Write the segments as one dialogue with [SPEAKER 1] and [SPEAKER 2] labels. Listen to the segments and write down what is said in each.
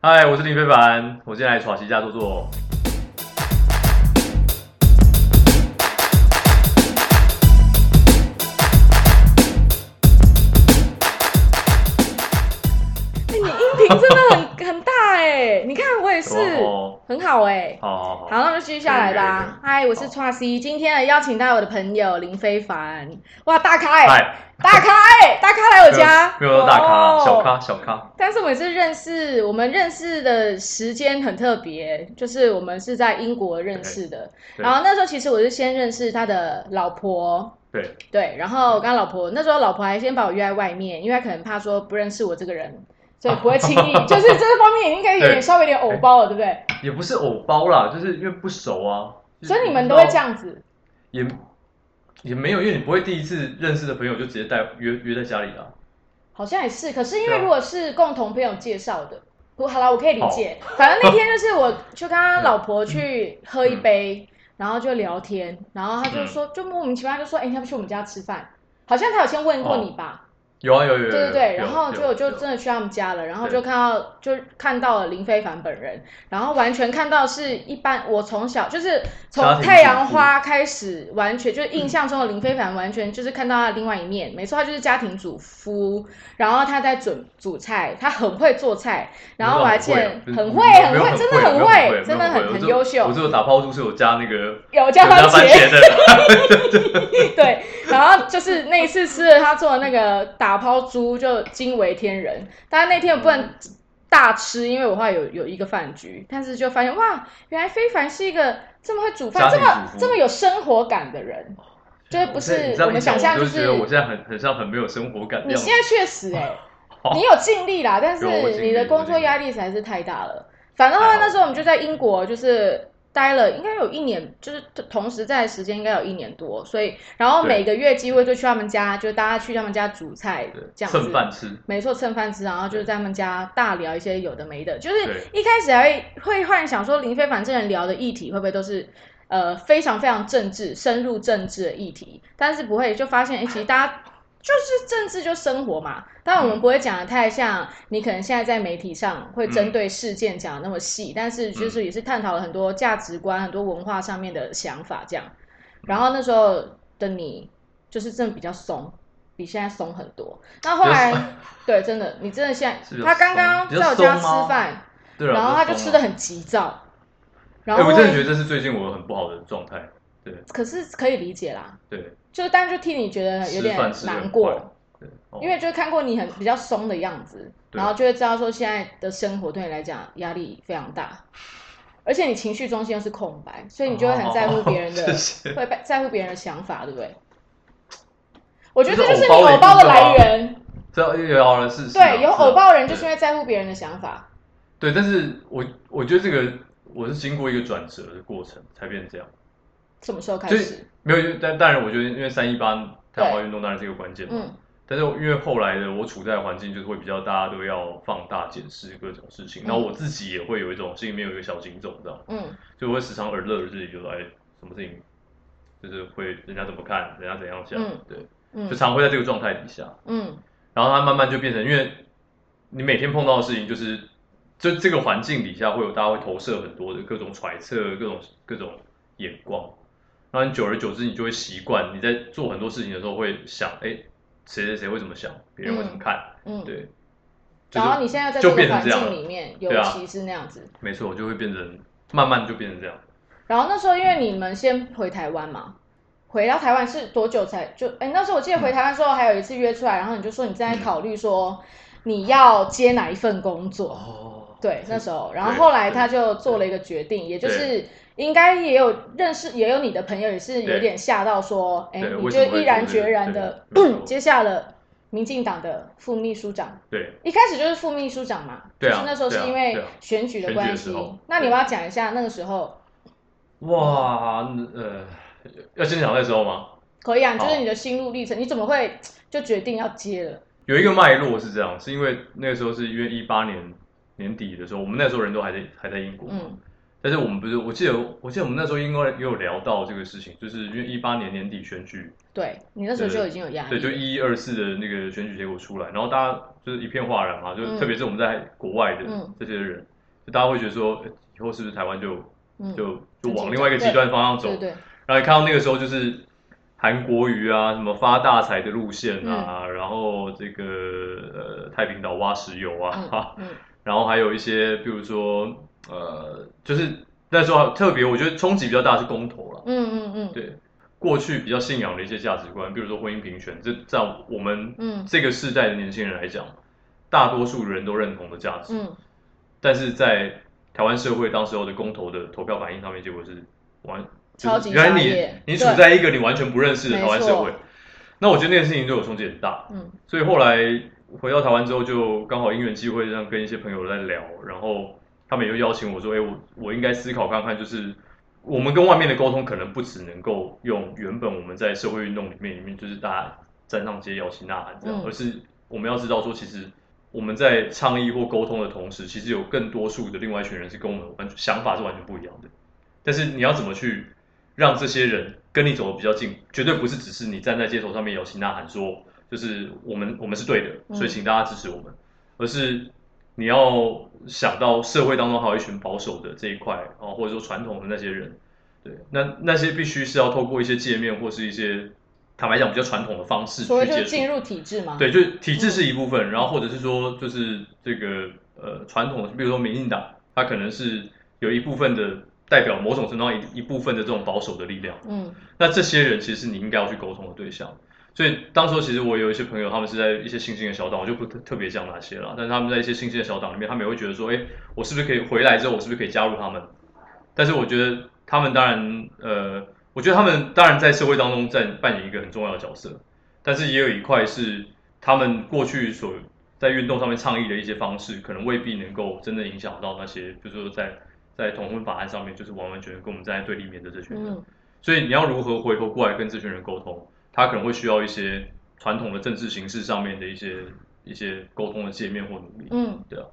[SPEAKER 1] 嗨，我是林非凡，我今天来耍西家坐坐。
[SPEAKER 2] 哎、你音频真的很很大哎、你看我也是，
[SPEAKER 1] 哦
[SPEAKER 2] 很好哎、
[SPEAKER 1] 好好好
[SPEAKER 2] 好，那我们就继续下来
[SPEAKER 1] 可以可
[SPEAKER 2] 吧
[SPEAKER 1] 以。
[SPEAKER 2] 嗨，我是
[SPEAKER 1] 好
[SPEAKER 2] t r a C，今天邀请到我的朋友林非凡，哇，大咖哎、
[SPEAKER 1] 嗨，
[SPEAKER 2] 大咖哎、 大咖来我家，
[SPEAKER 1] 没有没有到大咖啦，
[SPEAKER 2] 哦
[SPEAKER 1] 小咖小咖，
[SPEAKER 2] 但是我们是认识，我们认识的时间很特别，就是我们是在英国认识的。
[SPEAKER 1] 对对
[SPEAKER 2] 然后那时候其实我是先认识他的老婆，
[SPEAKER 1] 对
[SPEAKER 2] 对，然后我跟他老婆那时候老婆还先把我约在外面，因为他可能怕说不认识我这个人，所以不会轻易，就是这方面已经可以有
[SPEAKER 1] 对哎
[SPEAKER 2] 点稍微有点偶包了，对不对？
[SPEAKER 1] 也不是偶包啦，就是因为不熟啊。就是
[SPEAKER 2] 所以你们都会这样子，
[SPEAKER 1] 也也没有，因为你不会第一次认识的朋友就直接带约约在家里啊。
[SPEAKER 2] 好像也是。可是因
[SPEAKER 1] 对
[SPEAKER 2] 为
[SPEAKER 1] 啊
[SPEAKER 2] 如果是共同朋友介绍的，不好了，我可以理解。反正那天就是我 就跟他老
[SPEAKER 1] 嗯
[SPEAKER 2] 婆去喝一杯，然后就聊天，然后他就
[SPEAKER 1] 嗯
[SPEAKER 2] 说，就莫名其妙就说，哎、你要不去我们家吃饭？好像他有先问过
[SPEAKER 1] 哦
[SPEAKER 2] 你吧？
[SPEAKER 1] 有啊有有有有，
[SPEAKER 2] 对对对，
[SPEAKER 1] 有
[SPEAKER 2] 然后就
[SPEAKER 1] 有
[SPEAKER 2] 就
[SPEAKER 1] 有
[SPEAKER 2] 真的去他们家了，然后
[SPEAKER 1] 对
[SPEAKER 2] 就看到就看到了林非凡本人，然后完全看到是一般我从小就是从
[SPEAKER 1] 家庭
[SPEAKER 2] 太阳
[SPEAKER 1] 主妇
[SPEAKER 2] 花开始，完全就是印象中的林非凡，完全就是看到他另外一面。没错，他就是家庭主夫，然后他在准煮菜，他很会做菜，然后我还记得
[SPEAKER 1] 没有
[SPEAKER 2] 很
[SPEAKER 1] 很
[SPEAKER 2] 会
[SPEAKER 1] 会，啊嗯
[SPEAKER 2] 很
[SPEAKER 1] 没有
[SPEAKER 2] 会，真的
[SPEAKER 1] 很
[SPEAKER 2] 很会，真的
[SPEAKER 1] 没有
[SPEAKER 2] 很
[SPEAKER 1] 我
[SPEAKER 2] 很
[SPEAKER 1] 只
[SPEAKER 2] 优秀
[SPEAKER 1] 我，只有打泡猪是有加那个
[SPEAKER 2] 有
[SPEAKER 1] 有
[SPEAKER 2] 加番
[SPEAKER 1] 加番
[SPEAKER 2] 茄。
[SPEAKER 1] 茄的，
[SPEAKER 2] 对，然后就是那一次吃了他做的那个打抛猪，就惊为天人。但是那天我不能大吃，因为我后来有有一个饭局，但是就发现哇，原来非凡是一个这么会煮饭、
[SPEAKER 1] 家
[SPEAKER 2] 这
[SPEAKER 1] 庭
[SPEAKER 2] 么
[SPEAKER 1] 主妇哦
[SPEAKER 2] 这么有生活感的人， 就是不是
[SPEAKER 1] 你这样
[SPEAKER 2] 我们
[SPEAKER 1] 一讲
[SPEAKER 2] 想象
[SPEAKER 1] 我就
[SPEAKER 2] 就是
[SPEAKER 1] 觉得我现在很很像很没有生活感的
[SPEAKER 2] 你
[SPEAKER 1] 样子
[SPEAKER 2] 现。在确实哎、
[SPEAKER 1] 好
[SPEAKER 2] 你有尽力啦，但是
[SPEAKER 1] 有我尽力
[SPEAKER 2] 你的工作压力实在是太大了。反正后来那时候我们就在英国，就是待了应该有一年，就是同时在的时间应该有一年多，所以然后
[SPEAKER 1] 对
[SPEAKER 2] 每个月机会就去他们家，就大家去他们家煮菜
[SPEAKER 1] 对
[SPEAKER 2] 这样子
[SPEAKER 1] 蹭。饭吃，
[SPEAKER 2] 没错，蹭饭吃，然后就是在他们家大聊一些有的没的，就是
[SPEAKER 1] 对
[SPEAKER 2] 一开始还会会幻想说林非凡这人聊的议题会不会都是呃非常非常政治、深入政治的议题，但是不会，就发现哎、诶其实大家就是政治就生活嘛，当然我们不会讲的太像你可能现在在媒体上会针对事件讲的那么细，但是就是也是探讨了很多价值观、很多文化上面的想法这样。然后那时候的你就是真的比较松，比现在松很多。那后来
[SPEAKER 1] 比较，
[SPEAKER 2] 对，真的，你真的现
[SPEAKER 1] 是
[SPEAKER 2] 在
[SPEAKER 1] 比较
[SPEAKER 2] 他刚刚
[SPEAKER 1] 松比较
[SPEAKER 2] 在我家吃
[SPEAKER 1] 松吗
[SPEAKER 2] 饭，
[SPEAKER 1] 对啊
[SPEAKER 2] 然后他就
[SPEAKER 1] 疯
[SPEAKER 2] 吃
[SPEAKER 1] 了
[SPEAKER 2] 的很急躁，然
[SPEAKER 1] 哎
[SPEAKER 2] 后
[SPEAKER 1] 我真的觉
[SPEAKER 2] 会
[SPEAKER 1] 得这是最近我很不好的状态。
[SPEAKER 2] 可是可以理解啦，
[SPEAKER 1] 对，
[SPEAKER 2] 就是但就替你觉得有
[SPEAKER 1] 吃
[SPEAKER 2] 点
[SPEAKER 1] 饭吃得
[SPEAKER 2] 难
[SPEAKER 1] 很
[SPEAKER 2] 过
[SPEAKER 1] 快。对，哦
[SPEAKER 2] 因为就看过你很比较松的样子，
[SPEAKER 1] 对
[SPEAKER 2] 然后就会知道说现在的生活对你来讲压力非常大，而且你情绪中心又是空白，所以你就会很在乎别人 的，
[SPEAKER 1] 哦谢谢
[SPEAKER 2] 会在乎别人的想法，对不对？我觉得这
[SPEAKER 1] 这
[SPEAKER 2] 就是是你
[SPEAKER 1] 偶包的
[SPEAKER 2] 偶包
[SPEAKER 1] 一
[SPEAKER 2] 的
[SPEAKER 1] 部分啊
[SPEAKER 2] 来源，
[SPEAKER 1] 这有好了是，是啊
[SPEAKER 2] 对，
[SPEAKER 1] 是
[SPEAKER 2] 有
[SPEAKER 1] 啊
[SPEAKER 2] 偶包的人就是因
[SPEAKER 1] 对
[SPEAKER 2] 为在乎别人的想法，
[SPEAKER 1] 对，但是我我觉得这个我是经过一个转折的过程才变成这样，
[SPEAKER 2] 什么时候开
[SPEAKER 1] 就是
[SPEAKER 2] 始？
[SPEAKER 1] 没有，就但当然我觉得因为三一八太阳花运动当然是一个关键嘛，
[SPEAKER 2] 嗯
[SPEAKER 1] 但是因为后来的我处在的环境就是会比较大家都要放大检视各种事情，
[SPEAKER 2] 嗯
[SPEAKER 1] 然后我自己也会有一种心里面有一个小警钟，你知道吗？
[SPEAKER 2] 嗯，
[SPEAKER 1] 所以我会时常耳乐自己就说哎什么事情，就是会人家怎么看，人家怎样想，
[SPEAKER 2] 嗯
[SPEAKER 1] 对，
[SPEAKER 2] 嗯
[SPEAKER 1] 就常会在这个状态底下，
[SPEAKER 2] 嗯
[SPEAKER 1] 然后它慢慢就变成，因为你每天碰到的事情就是，就这个环境底下会有大家会投射很多的各种揣测、各种各种眼光，然后你久而久之你就会习惯，你在做很多事情的时候会想，哎，谁谁谁会怎么想，别人会怎么看，
[SPEAKER 2] 嗯，
[SPEAKER 1] 对，就是
[SPEAKER 2] 然后你现在在
[SPEAKER 1] 就
[SPEAKER 2] 这个
[SPEAKER 1] 变成
[SPEAKER 2] 环
[SPEAKER 1] 这样
[SPEAKER 2] 境
[SPEAKER 1] 了
[SPEAKER 2] 里面，尤
[SPEAKER 1] 对啊
[SPEAKER 2] 其是那样子。
[SPEAKER 1] 没错，我就会变成慢慢就变成这样，
[SPEAKER 2] 然后那时候因为你们先回台湾嘛，回到台湾是多久才就？哎，那时候我记得回台湾之后还有一次约出来，然后你就说你正在考虑说你要接哪一份工作。
[SPEAKER 1] 哦，
[SPEAKER 2] 对，那时候，然后
[SPEAKER 1] 对
[SPEAKER 2] 后来他就做了一个决定，也就是应该也有认识，也有你的朋友也是有点吓到说，哎，
[SPEAKER 1] 对
[SPEAKER 2] 你
[SPEAKER 1] 为
[SPEAKER 2] 就
[SPEAKER 1] 什么会
[SPEAKER 2] 毅
[SPEAKER 1] 做
[SPEAKER 2] 然
[SPEAKER 1] 这
[SPEAKER 2] 决
[SPEAKER 1] 个
[SPEAKER 2] 然的
[SPEAKER 1] 对没错
[SPEAKER 2] 接下了民进党的副秘书长。
[SPEAKER 1] 对，
[SPEAKER 2] 一开始就是副秘书长嘛，
[SPEAKER 1] 对啊
[SPEAKER 2] 就是那时候是因为
[SPEAKER 1] 对啊对啊
[SPEAKER 2] 选举的
[SPEAKER 1] 选举的
[SPEAKER 2] 关
[SPEAKER 1] 时
[SPEAKER 2] 系。
[SPEAKER 1] 候
[SPEAKER 2] 那你要不要讲一下那个时候
[SPEAKER 1] 哇，呃，要先讲那时候吗？
[SPEAKER 2] 可以啊，
[SPEAKER 1] 好
[SPEAKER 2] 就是你的心路历程，你怎么会就决定要接了？
[SPEAKER 1] 有一个脉络是这样，是因为那个时候是因为一八年年底的时候，我们那时候人都还在还在英国，
[SPEAKER 2] 嗯
[SPEAKER 1] 但是我们不是，我记得我记得我们那时候应该也有聊到这个事情，就是因为一八年年底选举，
[SPEAKER 2] 对你那时候
[SPEAKER 1] 对
[SPEAKER 2] 就已经有压力
[SPEAKER 1] 对，
[SPEAKER 2] 了，
[SPEAKER 1] 就一一二四的那个选举结果出来，然后大家就是一片哗然嘛，就
[SPEAKER 2] 嗯
[SPEAKER 1] 特别是我们在国外的
[SPEAKER 2] 嗯
[SPEAKER 1] 这些人，就大家会觉得说，哎以后是不是台湾就
[SPEAKER 2] 嗯，
[SPEAKER 1] 就就
[SPEAKER 2] 很
[SPEAKER 1] 往
[SPEAKER 2] 紧
[SPEAKER 1] 另外一个
[SPEAKER 2] 张
[SPEAKER 1] 极端方向走
[SPEAKER 2] 对？对，
[SPEAKER 1] 然后你看到那个时候就是韩国瑜啊，什么发大财的路线啊，
[SPEAKER 2] 嗯
[SPEAKER 1] 然后这个呃太平岛挖石油啊，
[SPEAKER 2] 嗯嗯
[SPEAKER 1] 然后还有一些比如说呃，就是那时候特别我觉得冲击比较大是公投了，
[SPEAKER 2] 嗯嗯嗯
[SPEAKER 1] 对过去比较信仰的一些价值观，比如说婚姻平权，这在我们
[SPEAKER 2] 嗯
[SPEAKER 1] 这个世代的年轻人来讲，大多数人都认同的价值，
[SPEAKER 2] 嗯，
[SPEAKER 1] 但是在台湾社会当时候的公投的投票反应上面，结果是完，就是
[SPEAKER 2] 超级
[SPEAKER 1] 原来
[SPEAKER 2] 炸
[SPEAKER 1] 你
[SPEAKER 2] 裂
[SPEAKER 1] 你处
[SPEAKER 2] 对
[SPEAKER 1] 在一个你完全不认识的
[SPEAKER 2] 没
[SPEAKER 1] 台湾社
[SPEAKER 2] 错
[SPEAKER 1] 会，那我觉得那件事情对我冲击很大，
[SPEAKER 2] 嗯
[SPEAKER 1] 所以后来回到台湾之后，就刚好因缘机会上跟一些朋友在聊，然后他们也就邀请我说，哎、我我应该思考看看，就是我们跟外面的沟通可能不只能够用原本我们在社会运动里面里面就是大家站上街摇旗呐喊这样，
[SPEAKER 2] 嗯
[SPEAKER 1] 而是我们要知道说，其实我们在倡议或沟通的同时，其实有更多数的另外一群人是跟我们完全想法是完全不一样的。但是你要怎么去让这些人跟你走的比较近，绝对不是只是你站在街头上面摇旗呐喊说，就是我们我们是对的，
[SPEAKER 2] 嗯
[SPEAKER 1] 所以请大家支持我们，而是你要想到社会当中还有一群保守的这一块，哦，或者说传统的那些人，对，那那些必须是要透过一些界面或是一些坦白讲比较传统的方式去
[SPEAKER 2] 所谓
[SPEAKER 1] 接
[SPEAKER 2] 就
[SPEAKER 1] 触，
[SPEAKER 2] 进入体制嘛，
[SPEAKER 1] 对，就是体制是一部分，然后或者是说就是这个呃传统的，比如说民进党，它可能是有一部分的代表某种程度上一一部分的这种保守的力量，
[SPEAKER 2] 嗯
[SPEAKER 1] 那这些人其实是你应该要去沟通的对象。所以当时候其实我有一些朋友，他们是在一些新兴的小党，我就不特特别讲哪些了，但是他们在一些新兴的小党里面，他们也会觉得说，哎，我是不是可以回来之后，我是不是可以加入他们？但是我觉得他们当然，呃，我觉得他们当然在社会当中在扮演一个很重要的角色，但是也有一块是他们过去所在运动上面倡议的一些方式，可能未必能够真的影响到那些，比如说在在同婚法案上面，就是完完全全跟我们站在对立面的这群人。
[SPEAKER 2] 嗯
[SPEAKER 1] 所以你要如何回头过来跟这群人沟通，他可能会需要一些传统的政治形式上面的一些一些沟通的界面或努力。
[SPEAKER 2] 嗯，
[SPEAKER 1] 对啊，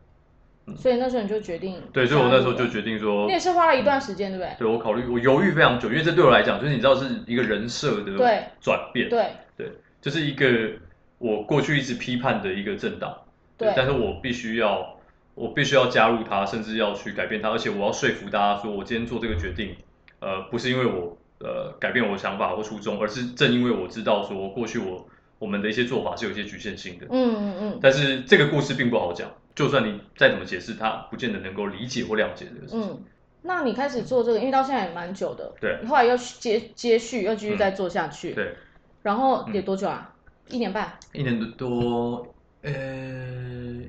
[SPEAKER 2] 所以那时候你就决定，
[SPEAKER 1] 对，所以我那时候就，决定说
[SPEAKER 2] 你，嗯也是花了一段时间，对不对？
[SPEAKER 1] 对我考虑，我犹豫非常久，因为这对我来讲，就是你知道是一个人设
[SPEAKER 2] 对
[SPEAKER 1] 的转变，
[SPEAKER 2] 对
[SPEAKER 1] 就是一个我过去一直批判的一个政党，
[SPEAKER 2] 对
[SPEAKER 1] 但是我必须要，我必须要加入它，甚至要去改变它，而且我要说服大家说，我今天做这个决定，呃，不是因为我呃改变我的想法或初衷，而是正因为我知道说过去我我们的一些做法是有一些局限性的，
[SPEAKER 2] 嗯嗯
[SPEAKER 1] 但是这个故事并不好讲，就算你再怎么解释，它不见得能够理解或谅解这个事
[SPEAKER 2] 嗯
[SPEAKER 1] 情。
[SPEAKER 2] 嗯。那你开始做这个，因为到现在也蛮久的，
[SPEAKER 1] 对
[SPEAKER 2] 你后来又接接续，又继续再做下去，
[SPEAKER 1] 对，
[SPEAKER 2] 然后也多久啊？一年半，
[SPEAKER 1] 一年多，呃，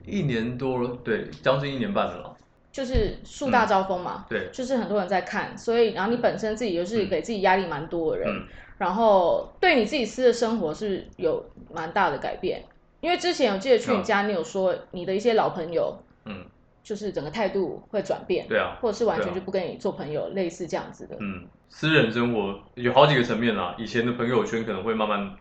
[SPEAKER 1] 一年多了，对，将近一年半了啦。
[SPEAKER 2] 就是树大招风嘛，
[SPEAKER 1] 对，
[SPEAKER 2] 就是很多人在看，所以然后你本身自己就是
[SPEAKER 1] 嗯
[SPEAKER 2] 给自己压力蛮多的人，
[SPEAKER 1] 嗯
[SPEAKER 2] 然后对你自己私的生活是有蛮大的改变，因为之前我记得去你家，你有说你的一些老朋友
[SPEAKER 1] 嗯，
[SPEAKER 2] 就是整个态度会转变，
[SPEAKER 1] 对啊，
[SPEAKER 2] 或者是完全
[SPEAKER 1] 对啊
[SPEAKER 2] 就不跟你做朋友，类似这样子的，
[SPEAKER 1] 嗯，私人生活有好几个层面啦。以前的朋友圈可能会慢慢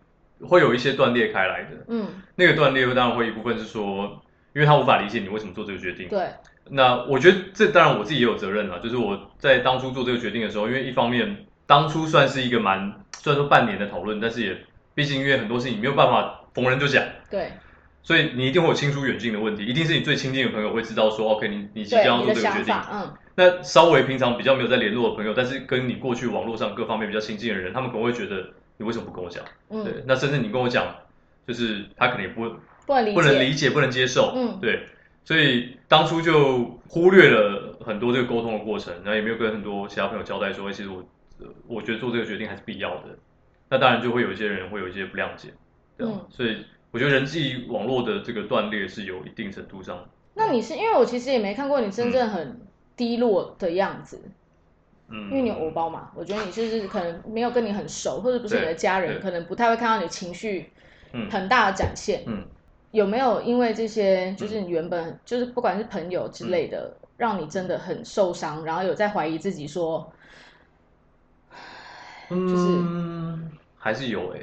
[SPEAKER 1] 会有一些断裂开来的，
[SPEAKER 2] 嗯，
[SPEAKER 1] 那个断裂当然会一部分是说，因为他无法理解你为什么做这个决定。
[SPEAKER 2] 对，
[SPEAKER 1] 那我觉得这当然我自己也有责任啦，就是我在当初做这个决定的时候，因为一方面当初算是一个蛮虽然说半年的讨论，但是也毕竟因为很多事情没有办法逢人就讲。
[SPEAKER 2] 对，
[SPEAKER 1] 所以你一定会有亲疏远近的问题，一定是你最亲近的朋友会知道说，OK，你你即将
[SPEAKER 2] 对
[SPEAKER 1] 要
[SPEAKER 2] 你
[SPEAKER 1] 做
[SPEAKER 2] 的
[SPEAKER 1] 这个决
[SPEAKER 2] 想
[SPEAKER 1] 定，
[SPEAKER 2] 法，嗯，
[SPEAKER 1] 那稍微平常比较没有在联络的朋友，但是跟你过去网络上各方面比较亲近的人，他们可能会觉得你为什么不跟我讲？
[SPEAKER 2] 嗯，
[SPEAKER 1] 对，那甚至你跟我讲，就是他可能也不
[SPEAKER 2] 不能理解，
[SPEAKER 1] 不能理解、不能接受，
[SPEAKER 2] 嗯
[SPEAKER 1] 对，所以当初就忽略了很多这个沟通的过程，然后也没有跟很多其他朋友交代说，哎其实我呃我觉得做这个决定还是必要的。那当然就会有一些人会有一些不谅解，对、
[SPEAKER 2] 嗯
[SPEAKER 1] 所以我觉得人际网络的这个断裂是有一定程度上，
[SPEAKER 2] 那你是因为我其实也没看过你真正很低落的样子，
[SPEAKER 1] 嗯，
[SPEAKER 2] 因为你有偶包嘛，我觉得你就是可能没有跟你很熟，或者不是
[SPEAKER 1] 对
[SPEAKER 2] 你的家人，
[SPEAKER 1] 对
[SPEAKER 2] 可能不太会看到你情绪
[SPEAKER 1] 嗯
[SPEAKER 2] 很大的展现。
[SPEAKER 1] 嗯
[SPEAKER 2] 有没有因为这些，就是你原本、就是不管是朋友之类的，
[SPEAKER 1] 嗯
[SPEAKER 2] 让你真的很受伤，然后有在怀疑自己说，是
[SPEAKER 1] 嗯，还是有哎、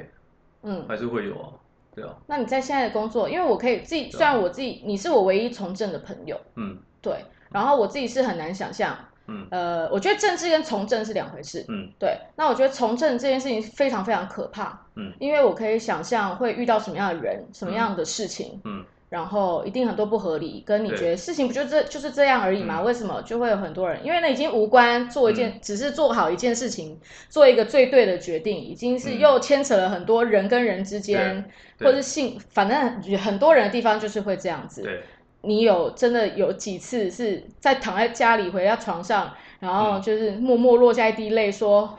[SPEAKER 2] 嗯，
[SPEAKER 1] 还是会有啊，对啊，
[SPEAKER 2] 那你在现在的工作，因为我可以自己，虽然我自己你是我唯一从政的朋友，
[SPEAKER 1] 嗯
[SPEAKER 2] 对，然后我自己是很难想象，
[SPEAKER 1] 嗯
[SPEAKER 2] 呃，我觉得政治跟从政是两回事。
[SPEAKER 1] 嗯，
[SPEAKER 2] 对。那我觉得从政这件事情非常非常可怕。
[SPEAKER 1] 嗯，
[SPEAKER 2] 因为我可以想象会遇到什么样的人，什么样的事情。
[SPEAKER 1] 嗯，
[SPEAKER 2] 然后一定很多不合理，跟你
[SPEAKER 1] 对
[SPEAKER 2] 觉得事情不就这就是这样而已嘛？
[SPEAKER 1] 嗯
[SPEAKER 2] 为什么就会有很多人？因为那已经无关做一件，只是做好一件事情，做一个最对的决定，已经是
[SPEAKER 1] 嗯
[SPEAKER 2] 又牵扯了很多人跟人之间，
[SPEAKER 1] 对
[SPEAKER 2] 或是性，反正很多人的地方就是会这样子。
[SPEAKER 1] 对，
[SPEAKER 2] 你有真的有几次是在躺在家里回到床上，然
[SPEAKER 1] 嗯
[SPEAKER 2] 后就是默默落下一滴泪，说：“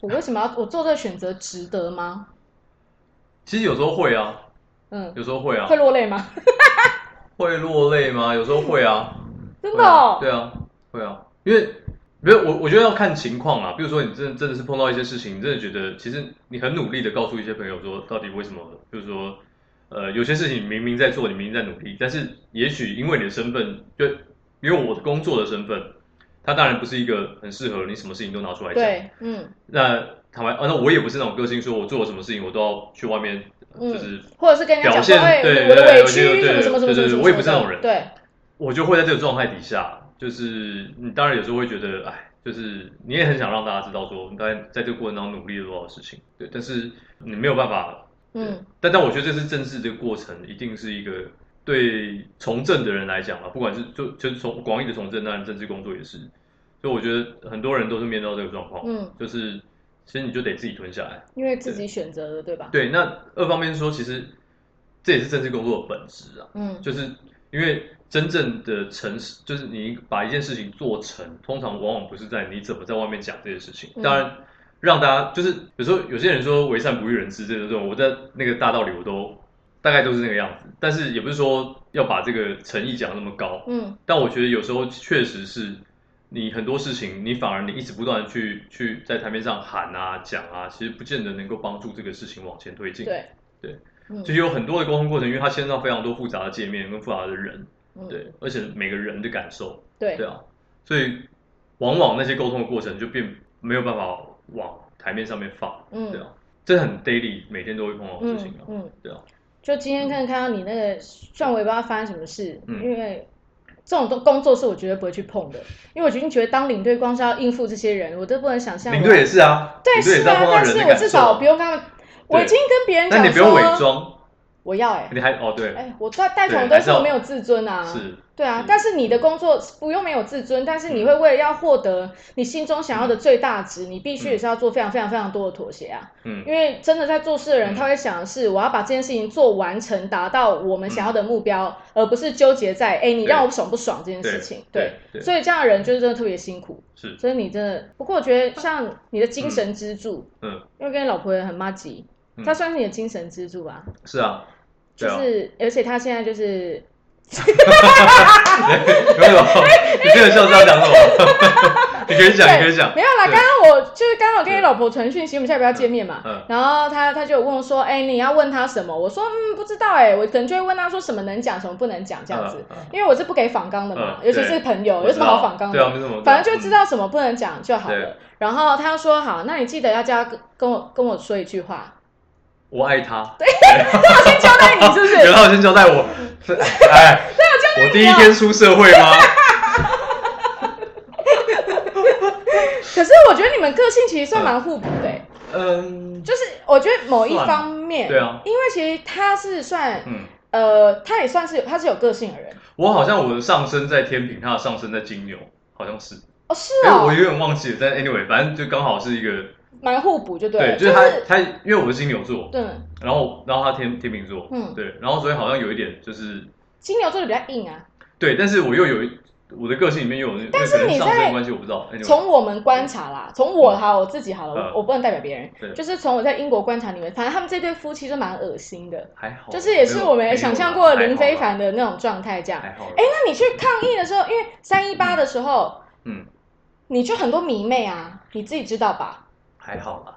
[SPEAKER 2] 我为什么要我做这个选择值得吗
[SPEAKER 1] 其实有时候会啊，？”
[SPEAKER 2] 嗯，
[SPEAKER 1] 有时候会啊，
[SPEAKER 2] 会落泪吗？
[SPEAKER 1] 会落泪吗？有时候会啊，
[SPEAKER 2] 真
[SPEAKER 1] 会
[SPEAKER 2] 的、
[SPEAKER 1] 啊
[SPEAKER 2] 哦，
[SPEAKER 1] 对啊，会啊，因为没有我，我觉得要看情况啊。比如说，你真的真的是碰到一些事情，你真的觉得其实你很努力的告诉一些朋友说，到底为什么？比如说，呃，有些事情明明在做，你明明在努力，但是也许因为你的身份，就因为我的工作的身份，它当然不是一个很适合你什么事情都拿出来讲。
[SPEAKER 2] 对，嗯，
[SPEAKER 1] 那坦白，啊，那我也不是那种个性，说我做了什么事情我都要去外面，
[SPEAKER 2] 嗯
[SPEAKER 1] 就是
[SPEAKER 2] 或者是跟人家
[SPEAKER 1] 表
[SPEAKER 2] 讲说：“
[SPEAKER 1] 现
[SPEAKER 2] 哎，
[SPEAKER 1] 对
[SPEAKER 2] 我的
[SPEAKER 1] 对
[SPEAKER 2] 委屈
[SPEAKER 1] 对
[SPEAKER 2] 什
[SPEAKER 1] 对
[SPEAKER 2] 么什么什么
[SPEAKER 1] 对
[SPEAKER 2] 什
[SPEAKER 1] 对
[SPEAKER 2] 么什么。”
[SPEAKER 1] 我也不是那种人
[SPEAKER 2] 对，
[SPEAKER 1] 我就会在这个状态底下，就是你当然有时候会觉得，哎，就是你也很想让大家知道说，你在在这个过程当中努力了多少事情，对，但是你没有办法，对
[SPEAKER 2] 嗯，
[SPEAKER 1] 但但我觉得这是政治这个过程，一定是一个对从政的人来讲啊，不管是就就是从广义的从政，当然政治工作也是，所以我觉得很多人都是面对到这个状况，
[SPEAKER 2] 嗯，
[SPEAKER 1] 就是其实你就得自己吞下来。
[SPEAKER 2] 因为自己选择的，对吧？
[SPEAKER 1] 对，那二方面是说，其实这也是政治工作的本质啊，
[SPEAKER 2] 嗯，
[SPEAKER 1] 就是因为真正的成，就是你把一件事情做成，通常往往不是在你怎么在外面讲这件事情。
[SPEAKER 2] 嗯
[SPEAKER 1] 当然，让大家就是有时候有些人说为善不欲人知这种，我在那个大道理我都大概都是那个样子，但是也不是说要把这个诚意讲得那么高。
[SPEAKER 2] 嗯，
[SPEAKER 1] 但我觉得有时候确实是你很多事情，你反而你一直不断的去去在台面上喊啊讲啊，其实不见得能够帮助这个事情往前推进。
[SPEAKER 2] 对，
[SPEAKER 1] 对，
[SPEAKER 2] 嗯
[SPEAKER 1] 其实有很多的沟通过程，因为它牵涉到非常多复杂的界面跟复杂的人，
[SPEAKER 2] 嗯
[SPEAKER 1] 对，而且每个人的感受，
[SPEAKER 2] 对
[SPEAKER 1] 对，啊，所以往往那些沟通的过程就变没有办法往台面上面放，
[SPEAKER 2] 嗯
[SPEAKER 1] 对啊，这很 daily，每天都会碰到的事情
[SPEAKER 2] 嗯
[SPEAKER 1] 啊，
[SPEAKER 2] 嗯，
[SPEAKER 1] 对啊，
[SPEAKER 2] 就今天看看到你那个，虽然我也不知道发生什么事，
[SPEAKER 1] 嗯
[SPEAKER 2] 因为这种东工作是我绝对不会去碰的，因为我已经觉得当领队光是要应付这些人，我都不能想象我。
[SPEAKER 1] 领队也是啊，
[SPEAKER 2] 对
[SPEAKER 1] 领队也
[SPEAKER 2] 是
[SPEAKER 1] 要
[SPEAKER 2] 啊，
[SPEAKER 1] 碰到
[SPEAKER 2] 但
[SPEAKER 1] 人
[SPEAKER 2] 是
[SPEAKER 1] 的
[SPEAKER 2] 我
[SPEAKER 1] 感
[SPEAKER 2] 至
[SPEAKER 1] 受
[SPEAKER 2] 少
[SPEAKER 1] 啊
[SPEAKER 2] 不，用跟他们，我已经跟别人讲
[SPEAKER 1] 但
[SPEAKER 2] 说，
[SPEAKER 1] 你不用伪装，
[SPEAKER 2] 我要哎、
[SPEAKER 1] 你还哦对，
[SPEAKER 2] 哎、我带带
[SPEAKER 1] 对
[SPEAKER 2] 团都
[SPEAKER 1] 还是
[SPEAKER 2] 是我
[SPEAKER 1] 要
[SPEAKER 2] 没有自尊啊，
[SPEAKER 1] 是嗯
[SPEAKER 2] 对啊
[SPEAKER 1] 是，
[SPEAKER 2] 但是你的工作不用没有自尊，但是你会为了要获得你心中想要的最大值，你必须也是要做非常非常非常多的妥协啊。
[SPEAKER 1] 嗯
[SPEAKER 2] 因为真的在做事的人，
[SPEAKER 1] 嗯
[SPEAKER 2] 他会想的是，我要把这件事情做完成，达到我们想要的目标，而不是纠结在，哎，你
[SPEAKER 1] 嗯对
[SPEAKER 2] 让我爽不爽这件事情。
[SPEAKER 1] 对对嗯
[SPEAKER 2] 所以这样的人就是真的特别辛苦。
[SPEAKER 1] 是
[SPEAKER 2] 所以你真的，不过我觉得像你的精神支柱，
[SPEAKER 1] 嗯
[SPEAKER 2] 因为跟你老婆也很妈吉，
[SPEAKER 1] 嗯
[SPEAKER 2] 她算是你的精神支柱吧，
[SPEAKER 1] 是啊，
[SPEAKER 2] 就
[SPEAKER 1] 对啊，
[SPEAKER 2] 是而且她现在就是
[SPEAKER 1] 没 有，你这个笑是要讲什么？你可以讲，你可以讲，嗯
[SPEAKER 2] 没有啦，
[SPEAKER 1] 对
[SPEAKER 2] 刚刚我就是刚刚我跟你
[SPEAKER 1] 对
[SPEAKER 2] 老婆传讯息，我们下礼拜要见面嘛。
[SPEAKER 1] 嗯
[SPEAKER 2] 然后她她就有问我说：“哎、你要问她什么？”我说：“嗯，不知道哎、我可能就会问她说什么能讲，什么不能讲这样子，
[SPEAKER 1] 嗯嗯
[SPEAKER 2] 因为我是不给反刚的嘛，
[SPEAKER 1] 嗯
[SPEAKER 2] 尤其是朋友，有什么好反刚的？
[SPEAKER 1] 对啊，没什么，
[SPEAKER 2] 反正就知道什么不能讲就好了
[SPEAKER 1] 对。
[SPEAKER 2] 然后她说：“好，那你记得要叫她跟跟我跟我说一句 话。
[SPEAKER 1] 我爱他。”
[SPEAKER 2] 她先交代你是不
[SPEAKER 1] 袁
[SPEAKER 2] 是？
[SPEAKER 1] 老先交代 我，哎，
[SPEAKER 2] 啊
[SPEAKER 1] 我第一天出社会 吗？
[SPEAKER 2] 可是我觉得你们个性其实算蛮互补的、哎
[SPEAKER 1] 嗯，
[SPEAKER 2] 就是我觉得某一
[SPEAKER 1] 算
[SPEAKER 2] 方面，
[SPEAKER 1] 对啊
[SPEAKER 2] 因为其实她是算。
[SPEAKER 1] 嗯，
[SPEAKER 2] 呃，她也算是她是有个性的人
[SPEAKER 1] 我好像我的上升在天平，他的上升在金牛，好像是，
[SPEAKER 2] 哦，是
[SPEAKER 1] 哎，
[SPEAKER 2] 哦，
[SPEAKER 1] 我有点忘记了，但 anyway，反正就刚好是一个，
[SPEAKER 2] 蛮互补就对嗯
[SPEAKER 1] 对，
[SPEAKER 2] 了，
[SPEAKER 1] 就是他他，因为我是金牛座，
[SPEAKER 2] 对
[SPEAKER 1] 然后然后他天天秤座，
[SPEAKER 2] 嗯
[SPEAKER 1] 对，然后所以好像有一点就是，
[SPEAKER 2] 金牛座就比较硬啊。
[SPEAKER 1] 对，但是我又有一我的个性里面又有那，
[SPEAKER 2] 但
[SPEAKER 1] 那
[SPEAKER 2] 是
[SPEAKER 1] 可能
[SPEAKER 2] 你
[SPEAKER 1] 上升
[SPEAKER 2] 在
[SPEAKER 1] 的关系我不知道，anyway，
[SPEAKER 2] 从我们观察啦，从我哈我自己好了，
[SPEAKER 1] 嗯
[SPEAKER 2] 我我不能代表别
[SPEAKER 1] 对
[SPEAKER 2] 人，就是从我在英国观察你们，反正他们这对夫妻就蛮恶心的，
[SPEAKER 1] 还好，
[SPEAKER 2] 就是也是我
[SPEAKER 1] 没有
[SPEAKER 2] 们想象过
[SPEAKER 1] 没有
[SPEAKER 2] 林非凡
[SPEAKER 1] 还好啦
[SPEAKER 2] 的那种状态这样。
[SPEAKER 1] 还好啦，
[SPEAKER 2] 哎，那你去抗议的时候，因为三一八的时候，
[SPEAKER 1] 嗯，
[SPEAKER 2] 你就很多迷妹啊，你自己知道吧？
[SPEAKER 1] 还好啦，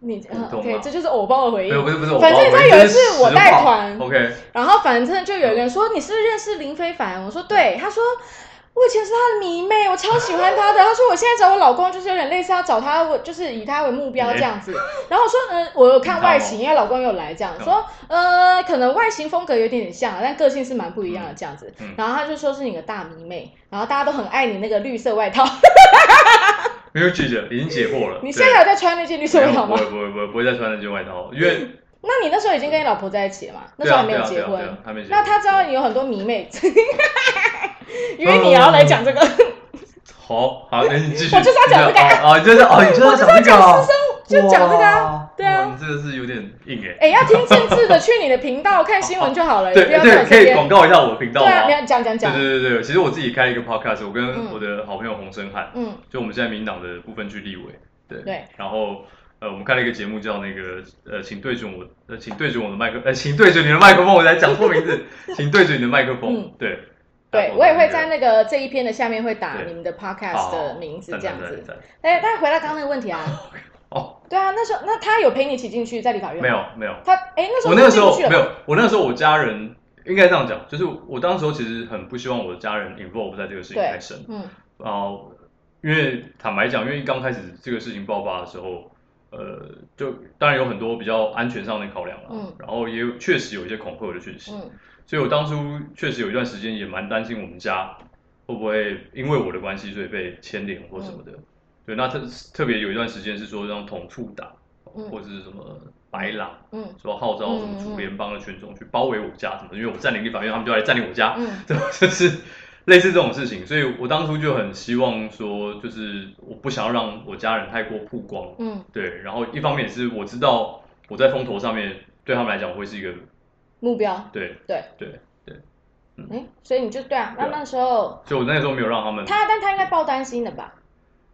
[SPEAKER 2] 你
[SPEAKER 1] 我
[SPEAKER 2] 嗯
[SPEAKER 1] 懂啊
[SPEAKER 2] OK，这就是偶包的回
[SPEAKER 1] 没有，不
[SPEAKER 2] 应。
[SPEAKER 1] 是不是，我
[SPEAKER 2] 反正
[SPEAKER 1] 包
[SPEAKER 2] 他
[SPEAKER 1] 围
[SPEAKER 2] 有一
[SPEAKER 1] 这是
[SPEAKER 2] 次我
[SPEAKER 1] 实
[SPEAKER 2] 带
[SPEAKER 1] 话
[SPEAKER 2] 团
[SPEAKER 1] ，OK，
[SPEAKER 2] 然后反正就有一个人说你是不是认识林非凡，我说对，他说我以前是他的迷妹，我超喜欢他的。他说我现在找我老公就是有点类似要找他，我就是以他为目
[SPEAKER 1] 嗯
[SPEAKER 2] 标这样子。然后我说，嗯、我有看外形，因为老公有来这
[SPEAKER 1] 嗯
[SPEAKER 2] 样说，呃，可能外形风格有点点像，但个性是蛮不一样的这样子。
[SPEAKER 1] 嗯
[SPEAKER 2] 然后他就说是你的大迷妹，然后大家都很爱你那个绿色外 套。
[SPEAKER 1] 没有拒绝，已经解惑了。
[SPEAKER 2] 你现在还有在穿那件绿色
[SPEAKER 1] 对
[SPEAKER 2] 外套
[SPEAKER 1] 没
[SPEAKER 2] 吗
[SPEAKER 1] 有？不会不会不会不会再穿那件外套，因为
[SPEAKER 2] 那你那时候已经跟你老婆在一起了嘛？那
[SPEAKER 1] 对
[SPEAKER 2] 时候
[SPEAKER 1] 啊
[SPEAKER 2] 还没
[SPEAKER 1] 对
[SPEAKER 2] 有
[SPEAKER 1] 啊对
[SPEAKER 2] 结
[SPEAKER 1] 啊
[SPEAKER 2] 婚。
[SPEAKER 1] 对啊，还没结婚。
[SPEAKER 2] 那他知道你有很多迷妹， 因为你要来讲这个，
[SPEAKER 1] 好 好，那你继续。
[SPEAKER 2] 我就是要讲这个
[SPEAKER 1] 啊，哦你就是哦，你就是要讲这个
[SPEAKER 2] 讲
[SPEAKER 1] 哦
[SPEAKER 2] 私，生就讲这个啊。
[SPEAKER 1] 哇
[SPEAKER 2] 对啊
[SPEAKER 1] 哇你这个是有点硬哎。
[SPEAKER 2] 哎、要听政治的，去你的频道看新闻就好 了，也
[SPEAKER 1] 对
[SPEAKER 2] 哎不要在
[SPEAKER 1] 对，
[SPEAKER 2] 我
[SPEAKER 1] 可
[SPEAKER 2] 这
[SPEAKER 1] 以
[SPEAKER 2] 边
[SPEAKER 1] 广。告一下我的频道
[SPEAKER 2] 对啊，
[SPEAKER 1] 吗
[SPEAKER 2] 不？要讲讲
[SPEAKER 1] 对
[SPEAKER 2] 讲。
[SPEAKER 1] 对对对，其实我自己开一个 podcast，我跟
[SPEAKER 2] 嗯
[SPEAKER 1] 我的好朋友洪生汉，
[SPEAKER 2] 嗯，
[SPEAKER 1] 就我们现在民党的部分区立委，对
[SPEAKER 2] 对，
[SPEAKER 1] 然后呃，我们看了一个节目叫那个呃，请对准我，呃，请对准我的麦克，呃，请对准你的麦克风，我才讲错名字，请对准你的麦克风
[SPEAKER 2] 嗯，
[SPEAKER 1] 对，
[SPEAKER 2] 对，我也会在那个这一篇的下面会打
[SPEAKER 1] 对哦
[SPEAKER 2] 你们的
[SPEAKER 1] 个
[SPEAKER 2] podcast 的名字这样子。
[SPEAKER 1] 赞
[SPEAKER 2] 哎，但回到刚刚那个问题啊，
[SPEAKER 1] 哦，
[SPEAKER 2] 对啊，那时候那他有陪你一起进去在立法院吗
[SPEAKER 1] 没有没有，
[SPEAKER 2] 他哎、那时候
[SPEAKER 1] 我那个时
[SPEAKER 2] 进
[SPEAKER 1] 候
[SPEAKER 2] 去了
[SPEAKER 1] 没有，我那个时候我家人应该这样讲，就是我当时候其实很不希望我的家人 involve 在这个事情
[SPEAKER 2] 对
[SPEAKER 1] 太深，
[SPEAKER 2] 嗯
[SPEAKER 1] 然后，因为坦白讲，因为一刚开始这个事情爆发的时候，呃，就当然有很多比较安全上的考量啦，
[SPEAKER 2] 嗯
[SPEAKER 1] 然后也有确实有一些恐吓的讯息，
[SPEAKER 2] 嗯
[SPEAKER 1] 所以我当初确实有一段时间也蛮担心我们家会不会因为我的关系所以被牵连或什么
[SPEAKER 2] 嗯
[SPEAKER 1] 的。对，那特特别有一段时间是说让同促党、
[SPEAKER 2] 嗯
[SPEAKER 1] 或者是什么白狼，
[SPEAKER 2] 嗯
[SPEAKER 1] 说号召什么主联邦的群众去包围我家什么的，因为我占领立法院，他们就要来占领我家。
[SPEAKER 2] 嗯
[SPEAKER 1] 对，就是类似这种事情，所以我当初就很希望说，就是我不想要让我家人太过曝光，
[SPEAKER 2] 嗯，
[SPEAKER 1] 对，然后一方面也是我知道我在风头上面对他们来讲会是一个
[SPEAKER 2] 目标
[SPEAKER 1] 对
[SPEAKER 2] 对，
[SPEAKER 1] 对对，嗯
[SPEAKER 2] 哎、所以你就对啊，
[SPEAKER 1] 对
[SPEAKER 2] 那
[SPEAKER 1] 啊嗯
[SPEAKER 2] 那时候
[SPEAKER 1] 所以我那个时候没有让他们，
[SPEAKER 2] 他但他应该爆担心的吧？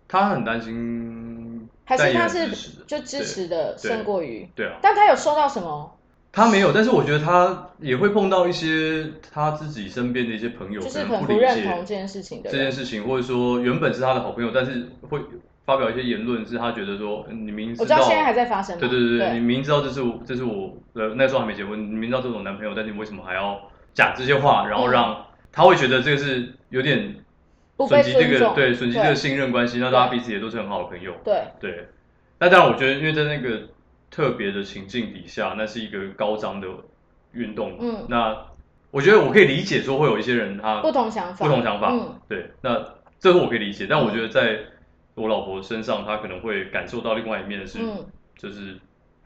[SPEAKER 1] 他很担心，
[SPEAKER 2] 还
[SPEAKER 1] 但
[SPEAKER 2] 是
[SPEAKER 1] 也
[SPEAKER 2] 他
[SPEAKER 1] 很
[SPEAKER 2] 是
[SPEAKER 1] 支持
[SPEAKER 2] 就支持的
[SPEAKER 1] 对
[SPEAKER 2] 胜过于？
[SPEAKER 1] 对啊，
[SPEAKER 2] 但他有收到什么？
[SPEAKER 1] 他没有，但是我觉得他也会碰到一些他自己身边的一些朋友，
[SPEAKER 2] 就是
[SPEAKER 1] 可能
[SPEAKER 2] 很
[SPEAKER 1] 不理
[SPEAKER 2] 不认同
[SPEAKER 1] 解
[SPEAKER 2] 这件事情的
[SPEAKER 1] 这件
[SPEAKER 2] 人。
[SPEAKER 1] 事情，或者说原本是他的好朋友，但是会发表一些言论，是他觉得说嗯你明
[SPEAKER 2] 我知道现在还在发生嘛。
[SPEAKER 1] 对对对
[SPEAKER 2] 对
[SPEAKER 1] 对，你明知道这是我，这是我，呃，那时候还没结婚，你明知道这种男朋友，但你为什么还要讲这些话，然后
[SPEAKER 2] 嗯
[SPEAKER 1] 让他会觉得这个是有点
[SPEAKER 2] 不被
[SPEAKER 1] 损及这
[SPEAKER 2] 尊
[SPEAKER 1] 个
[SPEAKER 2] 重。
[SPEAKER 1] 对损及这个信任关系，那
[SPEAKER 2] 对
[SPEAKER 1] 大家彼此也都是很好的朋友。
[SPEAKER 2] 对
[SPEAKER 1] 对，那当然，我觉得因为在那个特别的情境底下，那是一个高涨的运动，
[SPEAKER 2] 嗯
[SPEAKER 1] 那我觉得我可以理解说会有一些人他
[SPEAKER 2] 不同想法，
[SPEAKER 1] 不同想法，
[SPEAKER 2] 嗯
[SPEAKER 1] 对，那这是我可以理解，但我觉得在我老婆身上，她可能会感受到另外一面是。
[SPEAKER 2] 嗯
[SPEAKER 1] 就是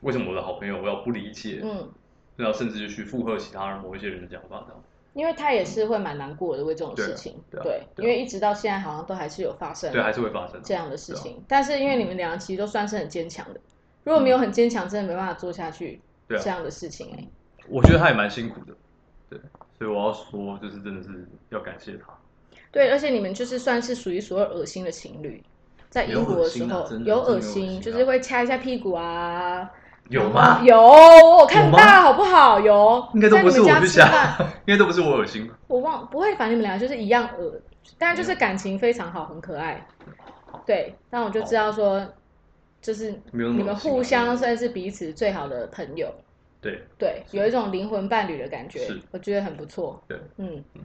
[SPEAKER 1] 为什么我的好朋友我要不理解，
[SPEAKER 2] 嗯，
[SPEAKER 1] 然后甚至就去附和其他人某一些人的讲法这样。
[SPEAKER 2] 因为他也是会蛮难过的，为这种
[SPEAKER 1] 对啊
[SPEAKER 2] 事情，
[SPEAKER 1] 对啊
[SPEAKER 2] 因
[SPEAKER 1] 对啊
[SPEAKER 2] 为一直到现在好像都还是有发生
[SPEAKER 1] 对，还是嗯会发生的。啊
[SPEAKER 2] 这样的事情，但是因为你们两个其实都算是很坚强的，如果没有很坚强，真的没办法做下去
[SPEAKER 1] 对啊
[SPEAKER 2] 这样的事情哎。
[SPEAKER 1] 我觉得他也蛮辛苦的，对，所以我要说，就是真的是要感谢他。
[SPEAKER 2] 对，而且你们就是算是数一数二恶心的情侣，在英
[SPEAKER 1] 有
[SPEAKER 2] 国时
[SPEAKER 1] 恶心啊
[SPEAKER 2] 候
[SPEAKER 1] 真的真
[SPEAKER 2] 有
[SPEAKER 1] 的有
[SPEAKER 2] 恶
[SPEAKER 1] 恶心
[SPEAKER 2] 心，
[SPEAKER 1] 啊
[SPEAKER 2] 就是会掐一下屁股啊。
[SPEAKER 1] 有吗？
[SPEAKER 2] 有，我有看
[SPEAKER 1] 有
[SPEAKER 2] 到，
[SPEAKER 1] 吗
[SPEAKER 2] 好不好？有，
[SPEAKER 1] 应该都不是
[SPEAKER 2] 在
[SPEAKER 1] 我
[SPEAKER 2] 你们家
[SPEAKER 1] 去
[SPEAKER 2] 吃饭
[SPEAKER 1] 想， 应该都不是我恶心吧？
[SPEAKER 2] 我忘不会，反正你们俩就是一样恶，但就是感情非常好，很可爱。对，那我就知道说，就是
[SPEAKER 1] 没有那么
[SPEAKER 2] 你们
[SPEAKER 1] 恶心啊
[SPEAKER 2] 互相
[SPEAKER 1] 真的
[SPEAKER 2] 算是彼此最好的朋友，
[SPEAKER 1] 对，
[SPEAKER 2] 对，有一种灵魂伴侣的感觉
[SPEAKER 1] 是，
[SPEAKER 2] 我觉得很不错。
[SPEAKER 1] 对，
[SPEAKER 2] 嗯
[SPEAKER 1] 嗯。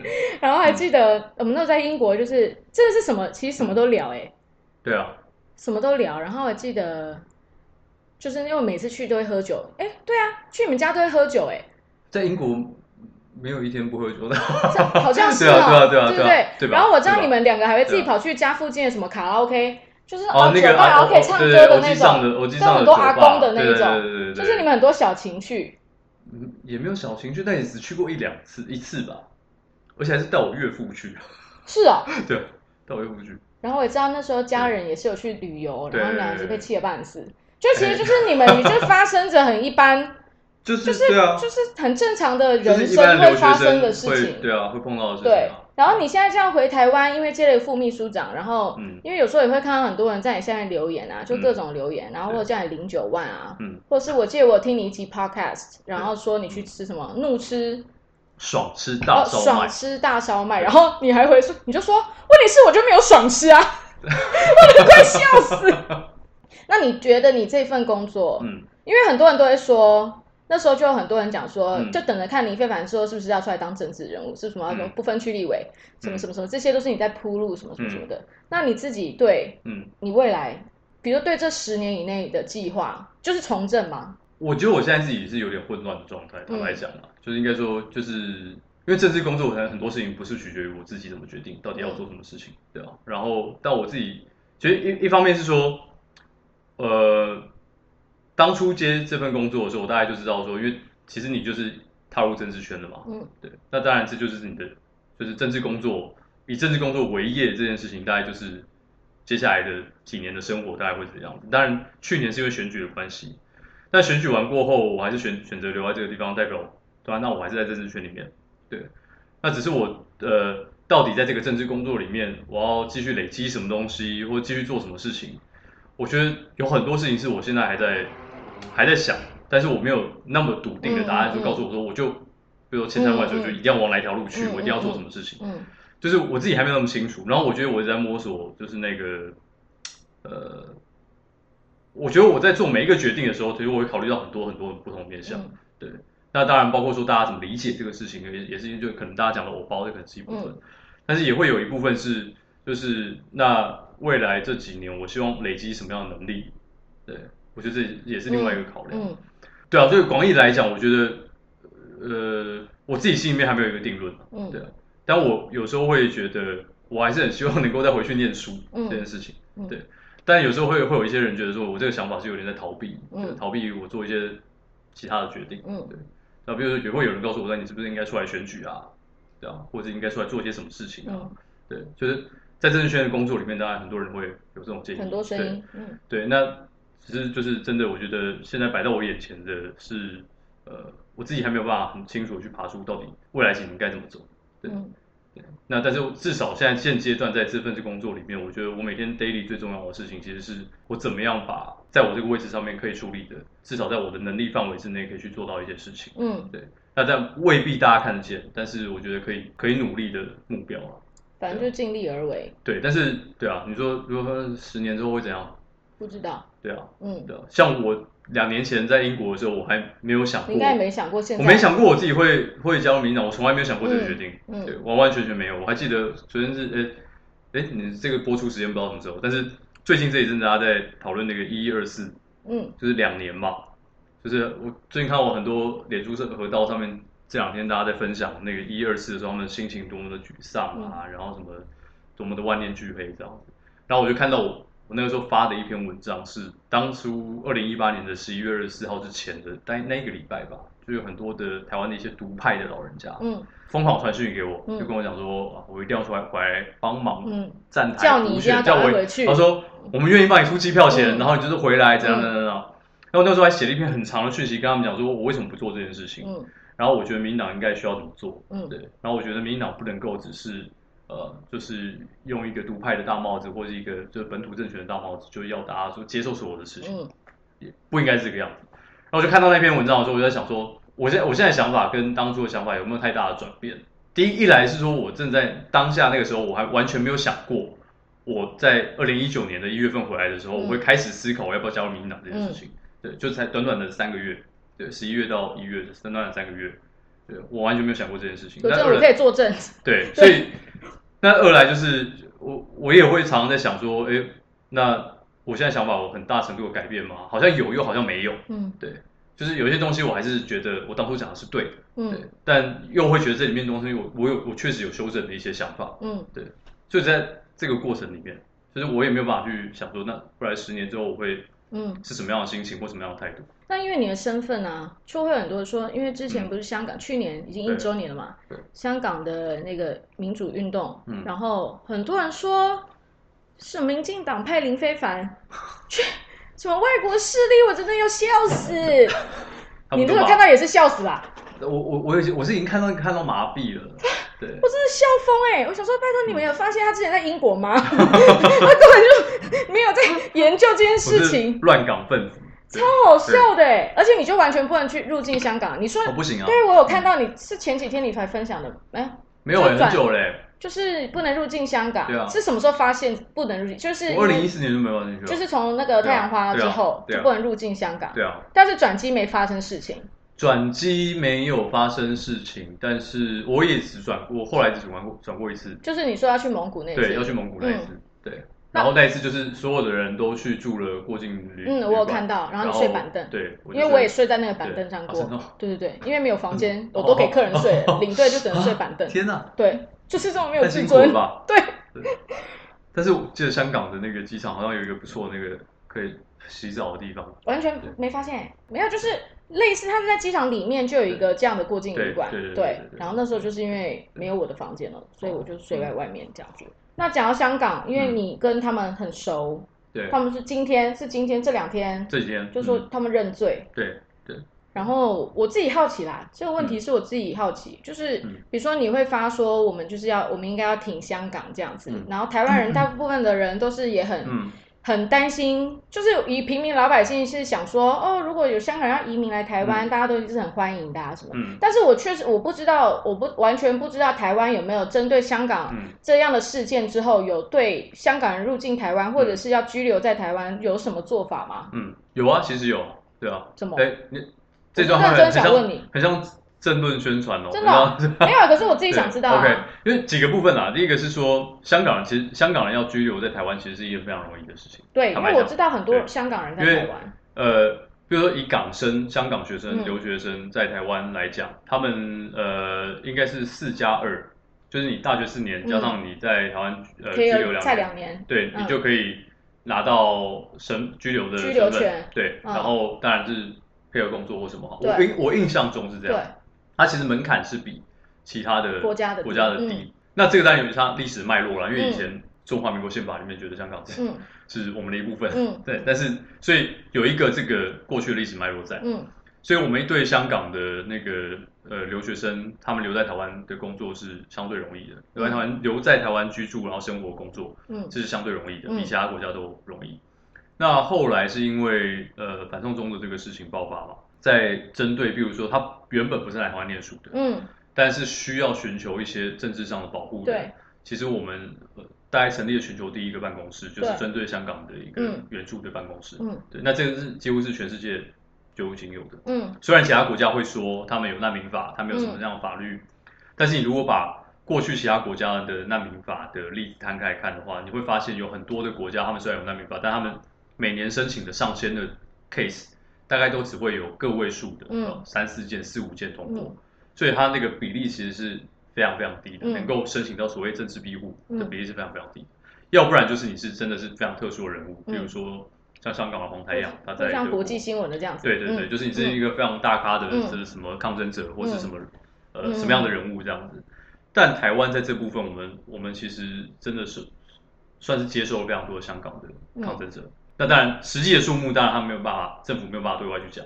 [SPEAKER 2] 然后还记得我们那时候在英国，就是真的是什么，其实什么都聊哎、
[SPEAKER 1] 对啊，
[SPEAKER 2] 什么都聊。然后我记得，就是因为我每次去都会喝酒，哎，对啊，去你们家都会喝酒哎、
[SPEAKER 1] 在英国没有一天不喝酒 的，
[SPEAKER 2] 好
[SPEAKER 1] 好
[SPEAKER 2] 像是
[SPEAKER 1] 对啊，对啊，对啊，
[SPEAKER 2] 哦，不
[SPEAKER 1] 对啊，对吧？
[SPEAKER 2] 然后我知道
[SPEAKER 1] 对吧
[SPEAKER 2] 你们两个还会自己
[SPEAKER 1] 对啊
[SPEAKER 2] 跑去家附近的什么卡拉 OK，就是
[SPEAKER 1] 哦，那
[SPEAKER 2] 酒
[SPEAKER 1] 个
[SPEAKER 2] 吧然
[SPEAKER 1] 啊
[SPEAKER 2] 后可以
[SPEAKER 1] 哦
[SPEAKER 2] 唱歌
[SPEAKER 1] 对
[SPEAKER 2] 的
[SPEAKER 1] 我
[SPEAKER 2] 那
[SPEAKER 1] 记上
[SPEAKER 2] 种，
[SPEAKER 1] 的，我记
[SPEAKER 2] 跟
[SPEAKER 1] 上
[SPEAKER 2] 很
[SPEAKER 1] 的
[SPEAKER 2] 多
[SPEAKER 1] 酒
[SPEAKER 2] 阿
[SPEAKER 1] 吧
[SPEAKER 2] 公的那
[SPEAKER 1] 对对
[SPEAKER 2] 种
[SPEAKER 1] 对对对对，
[SPEAKER 2] 就是你们很多小情趣。
[SPEAKER 1] 嗯，也没有小情趣，但也只去过一两次，一次吧，而且还是带我岳父去，
[SPEAKER 2] 是哦，
[SPEAKER 1] 对，带我岳父去，
[SPEAKER 2] 然后我也知道那时候家人也是有去旅游，
[SPEAKER 1] 对
[SPEAKER 2] 然后你们俩是被气得半死。就其实就是你们就发生着很一 般，
[SPEAKER 1] 就是
[SPEAKER 2] 就是
[SPEAKER 1] 对啊，
[SPEAKER 2] 就是很正常的
[SPEAKER 1] 就是
[SPEAKER 2] 人
[SPEAKER 1] 一般
[SPEAKER 2] 生
[SPEAKER 1] 的
[SPEAKER 2] 会
[SPEAKER 1] 留学
[SPEAKER 2] 发生
[SPEAKER 1] 生
[SPEAKER 2] 的事
[SPEAKER 1] 会
[SPEAKER 2] 情。
[SPEAKER 1] 对啊，会碰到的事情
[SPEAKER 2] 对
[SPEAKER 1] 啊，，
[SPEAKER 2] 然后你现在这样回台湾，因为接了一个副秘书长，然后
[SPEAKER 1] 嗯
[SPEAKER 2] 因为有时候也会看到很多人在你下面留言啊，就
[SPEAKER 1] 嗯
[SPEAKER 2] 各种留言，然后或者叫你零九万啊，
[SPEAKER 1] 嗯，
[SPEAKER 2] 或者是我记得我听你一集 podcast，然后说你去吃什么怒吃
[SPEAKER 1] 爽吃
[SPEAKER 2] 哦
[SPEAKER 1] 大烧
[SPEAKER 2] 爽
[SPEAKER 1] 麦，
[SPEAKER 2] 吃大烧麦，然后你还回说你就说问题是我就没有爽吃啊， 我都快笑死。那你觉得你这份工作，
[SPEAKER 1] 嗯，
[SPEAKER 2] 因为很多人都会说，那时候就有很多人讲说，
[SPEAKER 1] 嗯
[SPEAKER 2] 就等着看林非凡之后是不是要出来当政治人物，是什么要说
[SPEAKER 1] 嗯
[SPEAKER 2] 不分区立委，什么什么什么，这些都是你在铺路什么什么什么的。那你自己对
[SPEAKER 1] 嗯，
[SPEAKER 2] 你未来，比如对这十年以内的计划，就是从政嘛，
[SPEAKER 1] 我觉得我现在自己是有点混乱的状态，坦
[SPEAKER 2] 嗯
[SPEAKER 1] 白讲啊，就是应该说，就是因为政治工作，我才很多事情不是取决于我自己怎么决定，到底
[SPEAKER 2] 嗯
[SPEAKER 1] 要做什么事情，对啊。然后，但我自己其实一一方面是说，呃，当初接这份工作的时候，我大概就知道说，因为其实你就是踏入政治圈了嘛，
[SPEAKER 2] 嗯
[SPEAKER 1] 对，那当然这就是你的，就是政治工作，以政治工作为业这件事情，大概就是接下来的几年的生活大概会怎样子。当然，去年是因为选举的关系，但选举完过后，我还是选选择留在这个地方，代表对啊，那我还是在政治圈里面，对，那只是我呃，到底在这个政治工作里面，我要继续累积什么东西，或继续做什么事情，我觉得有很多事情是我现在还在还在想，但是我没有那么笃定的答案，
[SPEAKER 2] 嗯嗯嗯
[SPEAKER 1] 就告诉我说，我就比如说千山万水，我就一定要往哪一条路去，
[SPEAKER 2] 嗯嗯
[SPEAKER 1] 我一定要做什么事情，
[SPEAKER 2] 嗯
[SPEAKER 1] 就是我自己还没有那么清楚。然后我觉得我在摸索，就是那个呃，我觉得我在做每一个决定的时候，其实我会考虑到很多很多不同面向。
[SPEAKER 2] 嗯
[SPEAKER 1] 对，那当然包括说大家怎么理解这个事情，也也是就可能大家讲的“偶包”这可能是一部分，
[SPEAKER 2] 嗯
[SPEAKER 1] 但是也会有一部分是就是那未来这几年我希望累积什么样的能力，对我觉得这也是另外一个考量。
[SPEAKER 2] 嗯
[SPEAKER 1] 对啊，所以广义来讲，我觉得呃我自己心里面还没有一个定论，
[SPEAKER 2] 嗯
[SPEAKER 1] 对啊，但我有时候会觉得我还是很希望能够再回去念书
[SPEAKER 2] 嗯
[SPEAKER 1] 这件事情，
[SPEAKER 2] 嗯
[SPEAKER 1] 对。但有时候会会有一些人觉得说，我这个想法是有点在逃避，
[SPEAKER 2] 嗯
[SPEAKER 1] 对逃避我做一些其他的决定，
[SPEAKER 2] 嗯
[SPEAKER 1] 对。那比如说也会有人告诉我，那你是不是应该出来选举啊？对啊，或者应该出来做一些什么事情啊？
[SPEAKER 2] 嗯，
[SPEAKER 1] 对，就是在政治圈的工作里面，当然很多人会有这种建议，
[SPEAKER 2] 很多声
[SPEAKER 1] 对
[SPEAKER 2] 音，嗯
[SPEAKER 1] 对，那只是就是真的，我觉得现在摆到我眼前的是，呃，我自己还没有办法很清楚地去爬出到底未来几年该怎么走。对
[SPEAKER 2] 嗯
[SPEAKER 1] 对，那但是至少现在现阶段在这份工作里面，我觉得我每天 daily 最重要的事情，其实是我怎么样把在我这个位置上面可以处理的，至少在我的能力范围之内可以去做到一些事情。
[SPEAKER 2] 嗯，
[SPEAKER 1] 那但未必大家看得见，但是我觉得可以可以努力的目标啊。
[SPEAKER 2] 反正就尽力而为，
[SPEAKER 1] 对，但是对啊，你说如果说十年之后会怎样？
[SPEAKER 2] 不知道，
[SPEAKER 1] 对啊，
[SPEAKER 2] 嗯，
[SPEAKER 1] 对啊，像我两年前在英国的时候，我还没有想过，
[SPEAKER 2] 你应该也没想过现在，
[SPEAKER 1] 我没，想过我自己会会加入民进党，我从来没有想过这个
[SPEAKER 2] 嗯
[SPEAKER 1] 决定，
[SPEAKER 2] 嗯
[SPEAKER 1] 对，完完全全没有。我还记得昨天是，诶、诶、你这个播出时间不知道什么时候，但是最近这一阵大家在讨论那个一一二四，
[SPEAKER 2] 嗯
[SPEAKER 1] 就是两年嘛，就是我最近看我很多脸书社河道上面这两天大家在分享那个一二四的时候，他们心情多么的沮丧啊，
[SPEAKER 2] 嗯
[SPEAKER 1] 然后什么多么的万念俱灰这样子。然后我就看到我我那个时候发的一篇文章是当初二零一八年的十一月二十四号之前的那那一个礼拜吧，就有很多的台湾的一些独派的老人家
[SPEAKER 2] 嗯
[SPEAKER 1] 疯狂传讯给我，
[SPEAKER 2] 嗯
[SPEAKER 1] 就跟我讲说、啊我一定要出来回来帮忙，
[SPEAKER 2] 嗯
[SPEAKER 1] 站台
[SPEAKER 2] 叫你
[SPEAKER 1] 补
[SPEAKER 2] 一定
[SPEAKER 1] 选
[SPEAKER 2] 要
[SPEAKER 1] 叫
[SPEAKER 2] 赶快
[SPEAKER 1] 我
[SPEAKER 2] 回去
[SPEAKER 1] 他说我们愿意帮你出机票钱，
[SPEAKER 2] 嗯
[SPEAKER 1] 然后你就是回来怎样
[SPEAKER 2] 嗯
[SPEAKER 1] 怎样怎样。然后我那时候还写了一篇很长的讯息跟他们讲说，我为什么不做这件事情，
[SPEAKER 2] 嗯
[SPEAKER 1] 然后我觉得民进党应该需要怎么做，
[SPEAKER 2] 嗯
[SPEAKER 1] 对，然后我觉得民进党不能够只是呃，就是用一个独派的大帽子或者一个就是本土政权的大帽子，就要大家说接受所有的事情，
[SPEAKER 2] 嗯
[SPEAKER 1] 也不应该是这个样子。然后我就看到那篇文章的时候，我就在想说，我现在我现在的想法跟当初的想法有没有太大的转变？第一，一来是说我正在当下那个时候，我还完全没有想过，我在二零一九年的一月份回来的时候，
[SPEAKER 2] 嗯
[SPEAKER 1] 我会开始思考我要不要加入民进党这件事情。对，就才短短的三个月，对，十一月到一月，短短的三个月，对我完全没有想过这件事情。
[SPEAKER 2] 有
[SPEAKER 1] 但
[SPEAKER 2] 证
[SPEAKER 1] 二
[SPEAKER 2] 我
[SPEAKER 1] 来
[SPEAKER 2] 可以作证，
[SPEAKER 1] 对，所以那二来就是我我也会常常在想说，哎，那我现在想法我很大程度有改变吗？好像有，又好像没有。
[SPEAKER 2] 嗯
[SPEAKER 1] 对，就是有一些东西我还是觉得我当初讲的是对的，对
[SPEAKER 2] 嗯，
[SPEAKER 1] 但又会觉得这里面东西我我有我确实有修正的一些想法，
[SPEAKER 2] 嗯
[SPEAKER 1] 对，所以在这个过程里面，就是我也没有办法去想说，那不然十年之后我会
[SPEAKER 2] 嗯。
[SPEAKER 1] 是什么样的心情或什么样的态度？
[SPEAKER 2] 那因为你的身份啊，就会有很多人说，因为之前不是香港、去年已经一周年了嘛
[SPEAKER 1] 嗯对对，
[SPEAKER 2] 香港的那个民主运动，
[SPEAKER 1] 嗯
[SPEAKER 2] 然后很多人说是民进党派林非 凡去什么外国势力，我真的要笑死。
[SPEAKER 1] 他
[SPEAKER 2] 你
[SPEAKER 1] 们
[SPEAKER 2] 这
[SPEAKER 1] 都
[SPEAKER 2] 个
[SPEAKER 1] 把
[SPEAKER 2] 看到也是笑死啦，
[SPEAKER 1] 我我我已经我是已经看到看到麻痹了， 对
[SPEAKER 2] 我真的笑疯哎、我想说，拜托你们有发现他之前在英国 吗？他根本就没有在研究这件
[SPEAKER 1] 我
[SPEAKER 2] 事
[SPEAKER 1] 是
[SPEAKER 2] 情，
[SPEAKER 1] 乱港分子，
[SPEAKER 2] 超好笑的、欸，而且你就完全不能去入境香港，你说
[SPEAKER 1] 哦不行啊，
[SPEAKER 2] 对，我有看到你是前几天你才分享的，没有，
[SPEAKER 1] 没有欸
[SPEAKER 2] 就
[SPEAKER 1] 很
[SPEAKER 2] 转
[SPEAKER 1] 久嘞，
[SPEAKER 2] 就是不能入境香港。
[SPEAKER 1] 对啊
[SPEAKER 2] 是什么时候发现不能入境？就是因
[SPEAKER 1] 我二零一
[SPEAKER 2] 为
[SPEAKER 1] 四年就没有进去了，
[SPEAKER 2] 就是从那个太阳花之
[SPEAKER 1] 啊
[SPEAKER 2] 后、
[SPEAKER 1] 对啊对啊
[SPEAKER 2] 就不能入境香港，
[SPEAKER 1] 对啊，
[SPEAKER 2] 但是转机没发生事情，
[SPEAKER 1] 转机没有发生事情，但是我也只转过，后来只转过转过一次，
[SPEAKER 2] 就是你说要去蒙古那一次，
[SPEAKER 1] 对，要去蒙古那一
[SPEAKER 2] 嗯
[SPEAKER 1] 次，对。然后那一次就是所有的人都去住了过境旅，
[SPEAKER 2] 嗯，
[SPEAKER 1] 旅
[SPEAKER 2] 我有
[SPEAKER 1] 馆
[SPEAKER 2] 看到，然
[SPEAKER 1] 然
[SPEAKER 2] 后你睡板凳，
[SPEAKER 1] 对，
[SPEAKER 2] 因为我也
[SPEAKER 1] 是。
[SPEAKER 2] 睡在那个板凳上
[SPEAKER 1] 对啊真的
[SPEAKER 2] 过
[SPEAKER 1] 哦，
[SPEAKER 2] 对对对，因为没有 房间，我都给客人睡了，领队就只能睡板凳，
[SPEAKER 1] 哦天哪，
[SPEAKER 2] 对，就是这种没有
[SPEAKER 1] 太
[SPEAKER 2] 自
[SPEAKER 1] 辛苦了
[SPEAKER 2] 尊，
[SPEAKER 1] 吧？
[SPEAKER 2] 对，
[SPEAKER 1] 但是我记得香港的那个机场好像有一个不错的那个可以洗澡的地方，
[SPEAKER 2] 完全没发现、欸没有，就是类似他们在机场里面就有一个这样的过境旅馆，
[SPEAKER 1] 对对对对对对
[SPEAKER 2] 然后那时候就是因为没有我的房间了，所以我就睡在外面这样子。
[SPEAKER 1] 嗯
[SPEAKER 2] 那讲到香港，因为你跟他们很熟，
[SPEAKER 1] 对
[SPEAKER 2] 他，们是今天是今天这两天
[SPEAKER 1] 这几天
[SPEAKER 2] 就说
[SPEAKER 1] 嗯
[SPEAKER 2] 他们认罪，
[SPEAKER 1] 对，
[SPEAKER 2] 然后我自己好奇啦，这个问题是我自己好奇，就是
[SPEAKER 1] 嗯
[SPEAKER 2] 比如说你会发说我们就是要我们应该要挺香港这样子，
[SPEAKER 1] 嗯
[SPEAKER 2] 然后台湾人大部分的人都是也很、
[SPEAKER 1] 嗯，
[SPEAKER 2] 很担心，就是以平民老百姓是想说哦，如果有香港人要移民来台湾，
[SPEAKER 1] 嗯
[SPEAKER 2] 大家都是很欢迎的啊什么。
[SPEAKER 1] 嗯
[SPEAKER 2] 但是我确实我不知道，我不完全不知道台湾有没有针对香港
[SPEAKER 1] 嗯
[SPEAKER 2] 这样的事件之后，有对香港人入境台湾或者是要拘留在台湾有什么做法吗？
[SPEAKER 1] 嗯，有啊，其实有，对啊，
[SPEAKER 2] 怎么？
[SPEAKER 1] 哎，你这段话
[SPEAKER 2] 认
[SPEAKER 1] 很很
[SPEAKER 2] 真想
[SPEAKER 1] 像
[SPEAKER 2] 问你
[SPEAKER 1] 很像政论宣传哦，
[SPEAKER 2] 真的哦
[SPEAKER 1] 很像
[SPEAKER 2] 没有啊，可是我自己想知道、啊。
[SPEAKER 1] 对 OK，因为几个部分啦，第一个是说香港人其实香港人要拘留在台湾，其实是一件非常容易的事情。
[SPEAKER 2] 对，因
[SPEAKER 1] 坦白
[SPEAKER 2] 为我
[SPEAKER 1] 讲
[SPEAKER 2] 知道很多
[SPEAKER 1] 对
[SPEAKER 2] 香港人在
[SPEAKER 1] 因为
[SPEAKER 2] 台湾，
[SPEAKER 1] 呃，比如说以港生、香港学生、
[SPEAKER 2] 嗯
[SPEAKER 1] 留学生在台湾来讲，他们呃应该是四加二，就是你大学四年加上你在台湾呃
[SPEAKER 2] 嗯可
[SPEAKER 1] 居
[SPEAKER 2] 以
[SPEAKER 1] 留两
[SPEAKER 2] 在
[SPEAKER 1] 年，
[SPEAKER 2] 两年，
[SPEAKER 1] 对
[SPEAKER 2] 嗯
[SPEAKER 1] 你就可以拿到身居留的
[SPEAKER 2] 居
[SPEAKER 1] 身
[SPEAKER 2] 留
[SPEAKER 1] 份
[SPEAKER 2] 权，
[SPEAKER 1] 对，
[SPEAKER 2] 嗯
[SPEAKER 1] 然后当然是配合工作或什么好。我
[SPEAKER 2] 对
[SPEAKER 1] 印我印象中是这
[SPEAKER 2] 对
[SPEAKER 1] 样，它其实门槛是比其他的
[SPEAKER 2] 国家的
[SPEAKER 1] 国家的
[SPEAKER 2] 低
[SPEAKER 1] 低。那这个当然有它历史脉络啦，因为
[SPEAKER 2] 嗯
[SPEAKER 1] 以前中华民国宪法里面觉得香港是
[SPEAKER 2] 嗯
[SPEAKER 1] 是我们的一部分，
[SPEAKER 2] 嗯
[SPEAKER 1] 对，但是所以有一个这个过去的历史脉络在，
[SPEAKER 2] 嗯
[SPEAKER 1] 所以我们对香港的那个呃留学生，他们留在台湾的工作是相对容易的，留在台湾留在台湾居住，然后生活工作，
[SPEAKER 2] 嗯
[SPEAKER 1] 这是相对容易的，
[SPEAKER 2] 嗯
[SPEAKER 1] 比其他国家都容易。那后来是因为呃反送中的这个事情爆发嘛，在针对比如说他原本不是来台湾念书的，
[SPEAKER 2] 嗯，
[SPEAKER 1] 但是需要寻求一些政治上的保护的，
[SPEAKER 2] 对，
[SPEAKER 1] 其实我们呃大概成立了全球第一个办公室，就是
[SPEAKER 2] 对
[SPEAKER 1] 针对香港的一个
[SPEAKER 2] 嗯
[SPEAKER 1] 援助的办公室。
[SPEAKER 2] 嗯
[SPEAKER 1] 对，那这个是几乎是全世界绝无仅有的。
[SPEAKER 2] 嗯
[SPEAKER 1] 虽然其他国家会说他们有难民法，他们有什么样的法律，但是你如果把过去其他国家的难民法的例子摊开来看的话，你会发现有很多的国家，他们虽然有难民法，但他们每年申请的上千的 case，大概都只会有个位数的，
[SPEAKER 2] 嗯
[SPEAKER 1] 呃三四件、四五件通过，
[SPEAKER 2] 嗯
[SPEAKER 1] 所以它那个比例其实是非常非常低的，
[SPEAKER 2] 嗯
[SPEAKER 1] 能够申请到所谓政治庇护的
[SPEAKER 2] 嗯
[SPEAKER 1] 比例是非常非常低。要不然就是你是真的是非常特殊的人物，
[SPEAKER 2] 嗯
[SPEAKER 1] 比如说像香港的黄台仰，他
[SPEAKER 2] 就
[SPEAKER 1] 在
[SPEAKER 2] 像
[SPEAKER 1] 德国
[SPEAKER 2] 国际新闻的这样子，
[SPEAKER 1] 对对对，
[SPEAKER 2] 嗯
[SPEAKER 1] 就是你是一个非常大咖的，
[SPEAKER 2] 嗯
[SPEAKER 1] 是什么抗争者或是什么
[SPEAKER 2] 嗯
[SPEAKER 1] 呃什么样的人物这样子。但台湾在这部分，我们我们其实真的是算是接受了非常多的香港
[SPEAKER 2] 嗯
[SPEAKER 1] 的抗争者。那当然，实际的数目当然他没有办法，政府没有办法对外去讲。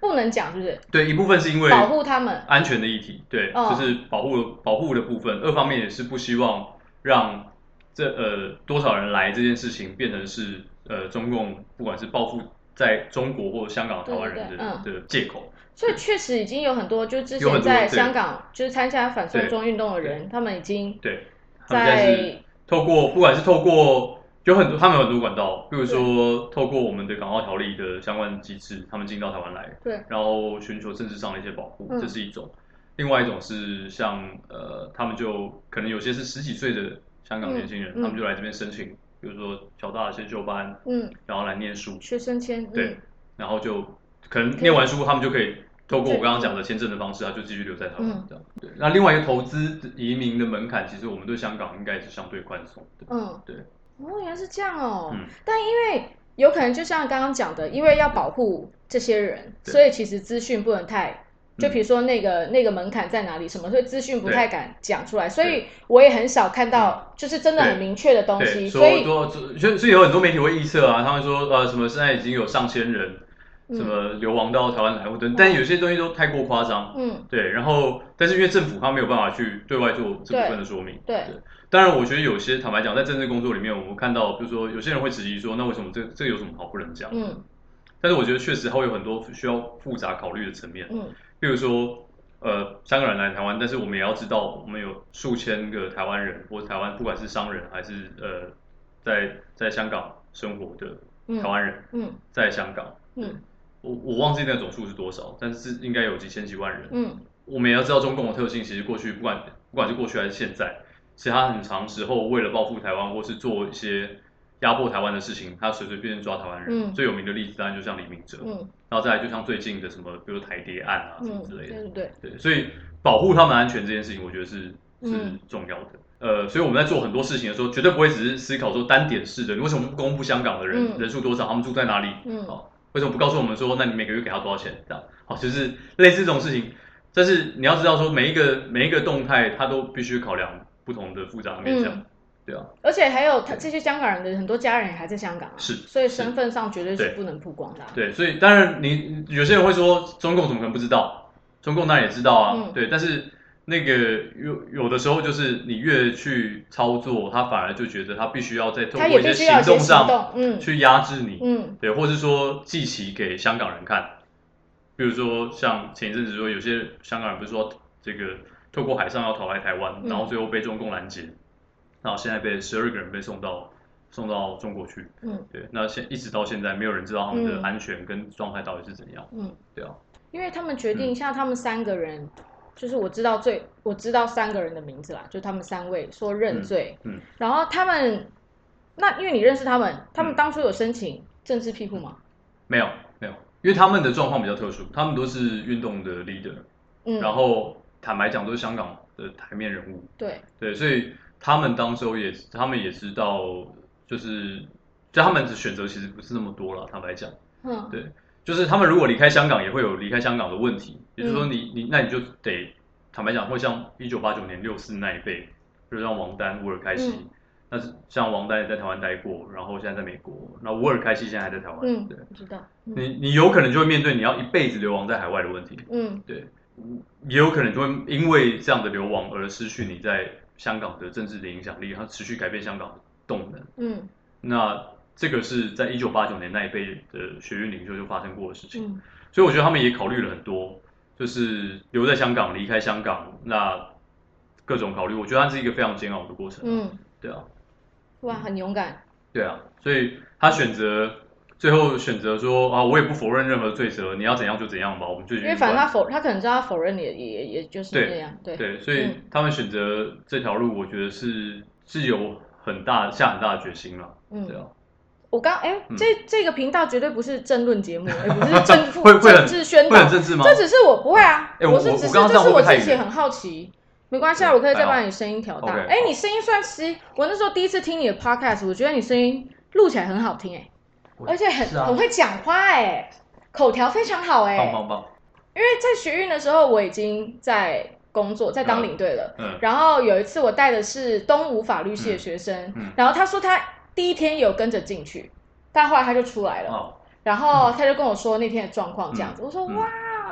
[SPEAKER 2] 不能讲，是不是？
[SPEAKER 1] 对，一部分是因为
[SPEAKER 2] 保护他们，
[SPEAKER 1] 安全的议题，对，
[SPEAKER 2] 哦
[SPEAKER 1] 就是保护保护的部分。二方面也是不希望让这呃多少人来这件事情变成是呃中共不管是报复在中国或香港台湾人
[SPEAKER 2] 对嗯
[SPEAKER 1] 的
[SPEAKER 2] 对对
[SPEAKER 1] 的借口。
[SPEAKER 2] 所以确实已经有很多，就之
[SPEAKER 1] 嗯有
[SPEAKER 2] 前
[SPEAKER 1] 很多
[SPEAKER 2] 在
[SPEAKER 1] 对
[SPEAKER 2] 香港就是参加反送中运动的人，他们已经
[SPEAKER 1] 对，他们现在是
[SPEAKER 2] 在
[SPEAKER 1] 透过不管是透过有很多他们有很多管道，比如说透过我们的港澳条例的相关机制，他们进到台湾来，
[SPEAKER 2] 对，
[SPEAKER 1] 然后寻求政治上的一些保护，
[SPEAKER 2] 嗯
[SPEAKER 1] 这是一种。另外一种是像呃，他们就可能有些是十几岁的香港年轻人，
[SPEAKER 2] 嗯嗯
[SPEAKER 1] 他们就来这边申请，比如说侨大的先修班，
[SPEAKER 2] 嗯
[SPEAKER 1] 然后来念书，
[SPEAKER 2] 学生签，
[SPEAKER 1] 对
[SPEAKER 2] 嗯
[SPEAKER 1] 然后就可能念完书，他们就可以透过我刚刚讲的签证的方式，他就继续留在台湾
[SPEAKER 2] 嗯
[SPEAKER 1] 这样。对，那另外一个投资移民的门槛，其实我们对香港应该也是相对宽松的。
[SPEAKER 2] 嗯，
[SPEAKER 1] 对，
[SPEAKER 2] 哦，原来是这样哦，
[SPEAKER 1] 嗯
[SPEAKER 2] 但因为有可能就像刚刚讲的，因为要保护这些人，
[SPEAKER 1] 对
[SPEAKER 2] 所以其实资讯不能太。
[SPEAKER 1] 嗯
[SPEAKER 2] 就比如说那个、那个门槛在哪里什么，所以资讯不
[SPEAKER 1] 对嗯
[SPEAKER 2] 太敢讲出来，所以我也很少看到就是真的很明确的东西，
[SPEAKER 1] 对，
[SPEAKER 2] 所以
[SPEAKER 1] 多多所以所以有很多媒体会预测啊，他们说呃什么现在已经有上千人，
[SPEAKER 2] 嗯
[SPEAKER 1] 什么流亡到台湾来，或等，但有些东西都太过夸张。
[SPEAKER 2] 嗯
[SPEAKER 1] 对，然后但是因为政府他没有办法去对外做这部分的说明。
[SPEAKER 2] 对
[SPEAKER 1] 当然我觉得有些坦白讲，在政治工作里面，我们看到就是说有些人会质疑说，那为什么这这有什么好不能讲？
[SPEAKER 2] 嗯
[SPEAKER 1] 但是我觉得确实它会有很多需要复杂考虑的层面，
[SPEAKER 2] 嗯
[SPEAKER 1] 比如说。呃，香港人来台湾，但是我们也要知道，我们有数千个台湾人，或台湾不管是商人还是呃，在在香港生活的
[SPEAKER 2] 嗯
[SPEAKER 1] 台湾人，
[SPEAKER 2] 嗯
[SPEAKER 1] 在香港，
[SPEAKER 2] 嗯
[SPEAKER 1] 我我忘记那总数是多少，但是应该有几千几万人。
[SPEAKER 2] 嗯
[SPEAKER 1] 我们也要知道中共的特性，其实过去不管不管是过去还是现在，其实他很长时候为了报复台湾或是做一些压迫台湾的事情，他随随便便抓台湾人。
[SPEAKER 2] 嗯
[SPEAKER 1] 最有名的例子当然就像李明哲，
[SPEAKER 2] 嗯
[SPEAKER 1] 然后再来就像最近的什么，比如台谍案啊什么
[SPEAKER 2] 嗯，
[SPEAKER 1] 之
[SPEAKER 2] 对
[SPEAKER 1] 类的。
[SPEAKER 2] 对对，
[SPEAKER 1] 对，所以保护他们的安全这件事情，我觉得是是
[SPEAKER 2] 嗯
[SPEAKER 1] 重要的。呃，所以我们在做很多事情的时候，绝对不会只是思考说单点式的，你为什么不公布香港的人、
[SPEAKER 2] 嗯
[SPEAKER 1] 人数多少，他们住在哪里？
[SPEAKER 2] 嗯
[SPEAKER 1] 好，为什么不告诉我们说，那你每个月给他多少钱？这样，好，就是类似这种事情。但是你要知道说，每一个每一个动态，它都必须考量不同的复杂的面向。
[SPEAKER 2] 嗯
[SPEAKER 1] 对啊，
[SPEAKER 2] 而且还有他这些香港人的很多家人也还在香港啊，
[SPEAKER 1] 是
[SPEAKER 2] 所以身份上绝对
[SPEAKER 1] 对
[SPEAKER 2] 是不能曝光的啊。
[SPEAKER 1] 对，所以当然你有些人会说，中共怎么可能不知道？中共当然也知道啊，
[SPEAKER 2] 嗯
[SPEAKER 1] 对，但是。那个有有的时候就是你越去操作，他反而就觉得他必须要在透
[SPEAKER 2] 他
[SPEAKER 1] 过
[SPEAKER 2] 也
[SPEAKER 1] 一些
[SPEAKER 2] 必须要有一些
[SPEAKER 1] 动
[SPEAKER 2] 行
[SPEAKER 1] 上
[SPEAKER 2] 动，嗯
[SPEAKER 1] 去压制你，
[SPEAKER 2] 嗯
[SPEAKER 1] 对，或是说寄旗给香港人看，比如说像前一阵子说有些香港人不是说这个透过海上要逃来台湾，
[SPEAKER 2] 嗯
[SPEAKER 1] 然后最后被中共拦截，然后现在被十二个人被送到送到中国去，
[SPEAKER 2] 嗯
[SPEAKER 1] 对，那现一直到现在没有人知道他们的
[SPEAKER 2] 嗯
[SPEAKER 1] 安全跟状态到底是怎样，
[SPEAKER 2] 嗯，
[SPEAKER 1] 对啊，
[SPEAKER 2] 因为他们决
[SPEAKER 1] 嗯
[SPEAKER 2] 定，像他们三个人，就是我知道最我知道三个人的名字啦，就他们三位说认罪，
[SPEAKER 1] 嗯嗯
[SPEAKER 2] 然后他们那因为你认识他们，他们
[SPEAKER 1] 嗯
[SPEAKER 2] 当初有申请政治庇护吗？
[SPEAKER 1] 没有没有，因为他们的状况比较特殊，他们都是运动的 leader，、
[SPEAKER 2] 嗯，
[SPEAKER 1] 然后坦白讲都是香港的台面人物，
[SPEAKER 2] 对，
[SPEAKER 1] 对，所以他们当时候也，他们也知道，就是，就他们的选择其实不是那么多了，坦白讲，
[SPEAKER 2] 嗯
[SPEAKER 1] 对就是他们如果离开香港，也会有离开香港的问题，也就是说
[SPEAKER 2] 嗯
[SPEAKER 1] 你，你那你就得坦白讲，会像一九八九年六四那一辈，比如像王丹、乌尔开西，
[SPEAKER 2] 嗯
[SPEAKER 1] 那是像王丹也在台湾待过，然后现在在美国，那乌尔开西现在还在台湾，
[SPEAKER 2] 嗯
[SPEAKER 1] 对，，
[SPEAKER 2] 我知道，嗯
[SPEAKER 1] 你你有可能就会面对你要一辈子流亡在海外的问题，
[SPEAKER 2] 嗯
[SPEAKER 1] 也有可能就会因为这样的流亡而失去你在香港的政治的影响力，它持续改变香港的动能。
[SPEAKER 2] 嗯
[SPEAKER 1] 那这个是在一九八九年那一辈的学运领袖就发生过的事情，
[SPEAKER 2] 嗯
[SPEAKER 1] 所以我觉得他们也考虑了很多，就是留在香港、离开香港，那各种考虑，我觉得它是一个非常煎熬的过程。，
[SPEAKER 2] 嗯，
[SPEAKER 1] 对啊，
[SPEAKER 2] 哇，很勇敢，
[SPEAKER 1] 对啊，所以他选择最后选择说啊，我也不否认任何罪责，你要怎样就怎样吧，我们就
[SPEAKER 2] 因为反正他否，他可能知道他否认也也也就是
[SPEAKER 1] 对
[SPEAKER 2] 那样，对，
[SPEAKER 1] 对，所以
[SPEAKER 2] 嗯
[SPEAKER 1] 他们选择这条路，我觉得是是有很大下很大的决心了，对
[SPEAKER 2] 嗯，
[SPEAKER 1] 啊，
[SPEAKER 2] 我刚哎
[SPEAKER 1] 嗯，
[SPEAKER 2] 这这个频道绝对不是政论节目，哎，不 是政
[SPEAKER 1] 会会很
[SPEAKER 2] 政治宣
[SPEAKER 1] 会
[SPEAKER 2] 导
[SPEAKER 1] 很，政治吗？
[SPEAKER 2] 这只是我不会啊，
[SPEAKER 1] 哎我
[SPEAKER 2] 是
[SPEAKER 1] 我
[SPEAKER 2] 只
[SPEAKER 1] 我
[SPEAKER 2] 是
[SPEAKER 1] 刚刚这
[SPEAKER 2] 这
[SPEAKER 1] 样
[SPEAKER 2] 是
[SPEAKER 1] 会不
[SPEAKER 2] 我
[SPEAKER 1] 会太
[SPEAKER 2] 自己
[SPEAKER 1] 远嗯
[SPEAKER 2] 很好奇。没关系啊，我可以再
[SPEAKER 1] 还好
[SPEAKER 2] 把你声音调大。
[SPEAKER 1] OK，
[SPEAKER 2] 哎
[SPEAKER 1] 好，
[SPEAKER 2] 你声音算吸，我那时候第一次听你的 podcast，我觉得你声音录起来很好听哎、
[SPEAKER 1] 我
[SPEAKER 2] 而且很、
[SPEAKER 1] 是啊
[SPEAKER 2] 很会讲话哎、口条非常好哎、
[SPEAKER 1] 棒棒棒，
[SPEAKER 2] 因为在学运的时候，我已经在工作，在当领队了。
[SPEAKER 1] 嗯
[SPEAKER 2] 然后有一次我带的是东吴法律系的学生，
[SPEAKER 1] 嗯
[SPEAKER 2] 然后他说他第一天有跟着进去，但后来他就出来了。
[SPEAKER 1] 好，
[SPEAKER 2] 然后他就跟我说那天的状况这样子，我说
[SPEAKER 1] 嗯
[SPEAKER 2] 哇，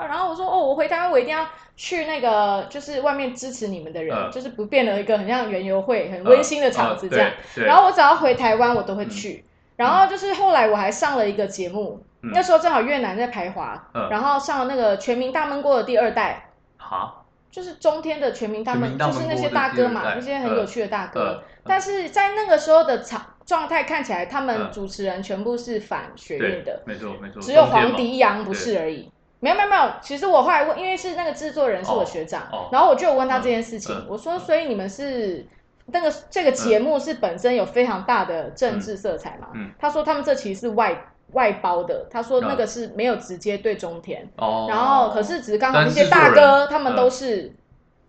[SPEAKER 2] 然后我说哦，我回台湾我一定要去那个就是外面支持你们的人，
[SPEAKER 1] 嗯
[SPEAKER 2] 就是不变得一个很像园游会很温馨的场子这样。
[SPEAKER 1] 呃，对，对
[SPEAKER 2] 然后我只要回台湾我都会去。然后就是后来我还上了一个节目，
[SPEAKER 1] 嗯
[SPEAKER 2] 那时候正好越南在排华，
[SPEAKER 1] 嗯
[SPEAKER 2] 然后上了那个《全民大闷锅》的第二代，
[SPEAKER 1] 好，
[SPEAKER 2] 就是中天的全民大
[SPEAKER 1] 全民
[SPEAKER 2] 闷，
[SPEAKER 1] 大
[SPEAKER 2] 就
[SPEAKER 1] 闷
[SPEAKER 2] 是
[SPEAKER 1] 锅
[SPEAKER 2] 那些
[SPEAKER 1] 的
[SPEAKER 2] 大
[SPEAKER 1] 第
[SPEAKER 2] 哥
[SPEAKER 1] 二
[SPEAKER 2] 嘛，
[SPEAKER 1] 代
[SPEAKER 2] 那些很
[SPEAKER 1] 嗯
[SPEAKER 2] 有趣的大
[SPEAKER 1] 呃
[SPEAKER 2] 哥。，但是在那个时候的场状态看起来，他们
[SPEAKER 1] 嗯
[SPEAKER 2] 主持人全部是反学
[SPEAKER 1] 对
[SPEAKER 2] 运的，
[SPEAKER 1] 没错没错，
[SPEAKER 2] 只有
[SPEAKER 1] 中间
[SPEAKER 2] 黄
[SPEAKER 1] 嘛，
[SPEAKER 2] 迪阳不是而已。没有没有没有，其实我后来问，因为是那个制作人是我学长，
[SPEAKER 1] 哦哦
[SPEAKER 2] 然后我就有问他这件事情，
[SPEAKER 1] 嗯嗯
[SPEAKER 2] 我说所以你们是那个这个节目是本身有非常大的政治色彩嘛？
[SPEAKER 1] 嗯啊嗯
[SPEAKER 2] 他说他们这其实是外外包的，他说那个是没有直接对中田，
[SPEAKER 1] 哦，
[SPEAKER 2] 然后可是只是刚好
[SPEAKER 1] 但
[SPEAKER 2] 那
[SPEAKER 1] 是
[SPEAKER 2] 些大
[SPEAKER 1] 制作
[SPEAKER 2] 哥
[SPEAKER 1] 人
[SPEAKER 2] 他们都是。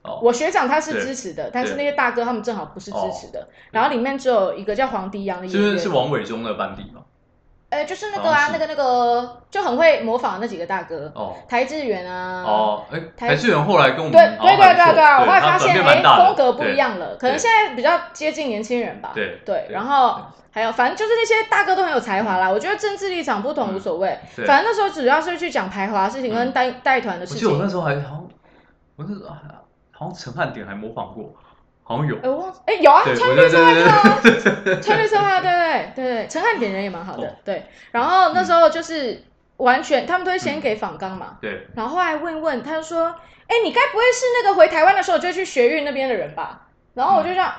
[SPEAKER 1] 哦
[SPEAKER 2] 我学长他是
[SPEAKER 1] 对
[SPEAKER 2] 支持的，但是
[SPEAKER 1] 对
[SPEAKER 2] 那些大哥他们正好不是支持的。然后里面只有一个叫黄迪阳的演
[SPEAKER 1] 是
[SPEAKER 2] 员，
[SPEAKER 1] 不是是王伟忠的班底嘛？
[SPEAKER 2] 呃，就是那个
[SPEAKER 1] 好
[SPEAKER 2] 啊，
[SPEAKER 1] 像是
[SPEAKER 2] 那个那个就很会模仿那几个大哥，
[SPEAKER 1] 哦
[SPEAKER 2] 台志远啊，，
[SPEAKER 1] 哦，哎，
[SPEAKER 2] 台
[SPEAKER 1] 台志远后来跟我
[SPEAKER 2] 对
[SPEAKER 1] 们
[SPEAKER 2] 对
[SPEAKER 1] 好像
[SPEAKER 2] 对
[SPEAKER 1] 还不
[SPEAKER 2] 对
[SPEAKER 1] 错
[SPEAKER 2] 对啊，我后来
[SPEAKER 1] 他
[SPEAKER 2] 发
[SPEAKER 1] 转
[SPEAKER 2] 现
[SPEAKER 1] 变蛮大的
[SPEAKER 2] 风格不一
[SPEAKER 1] 对
[SPEAKER 2] 样了，可能
[SPEAKER 1] 对
[SPEAKER 2] 现在比较接近年轻人吧，
[SPEAKER 1] 对
[SPEAKER 2] 对，
[SPEAKER 1] 对
[SPEAKER 2] 然后还有反正就是那些大哥都很有才华啦，我觉得政治立场不同
[SPEAKER 1] 嗯
[SPEAKER 2] 无所谓，
[SPEAKER 1] 对
[SPEAKER 2] 反正那时候主要是去讲排华的事情跟
[SPEAKER 1] 嗯
[SPEAKER 2] 带带团的
[SPEAKER 1] 我
[SPEAKER 2] 事
[SPEAKER 1] 记得我那
[SPEAKER 2] 情，
[SPEAKER 1] 时候还好像，我那时候啊好像陈汉典还模仿过，好像有，
[SPEAKER 2] 哎我忘哎有啊，
[SPEAKER 1] 对，
[SPEAKER 2] 穿
[SPEAKER 1] 我
[SPEAKER 2] 绿
[SPEAKER 1] 在
[SPEAKER 2] 色外套啊。
[SPEAKER 1] 对对对对对，
[SPEAKER 2] 穿绿色袜，对对对对，陈汉典人也蛮好 的
[SPEAKER 1] 哦，
[SPEAKER 2] 对。然后那时候就是完全，他们都会先给访纲嘛，
[SPEAKER 1] 对，
[SPEAKER 2] 然后后来问一问，他就说：“哎、你该不会
[SPEAKER 1] 嗯
[SPEAKER 2] 是那个回台湾的时候就去学运那边的人吧？”然后我就这样，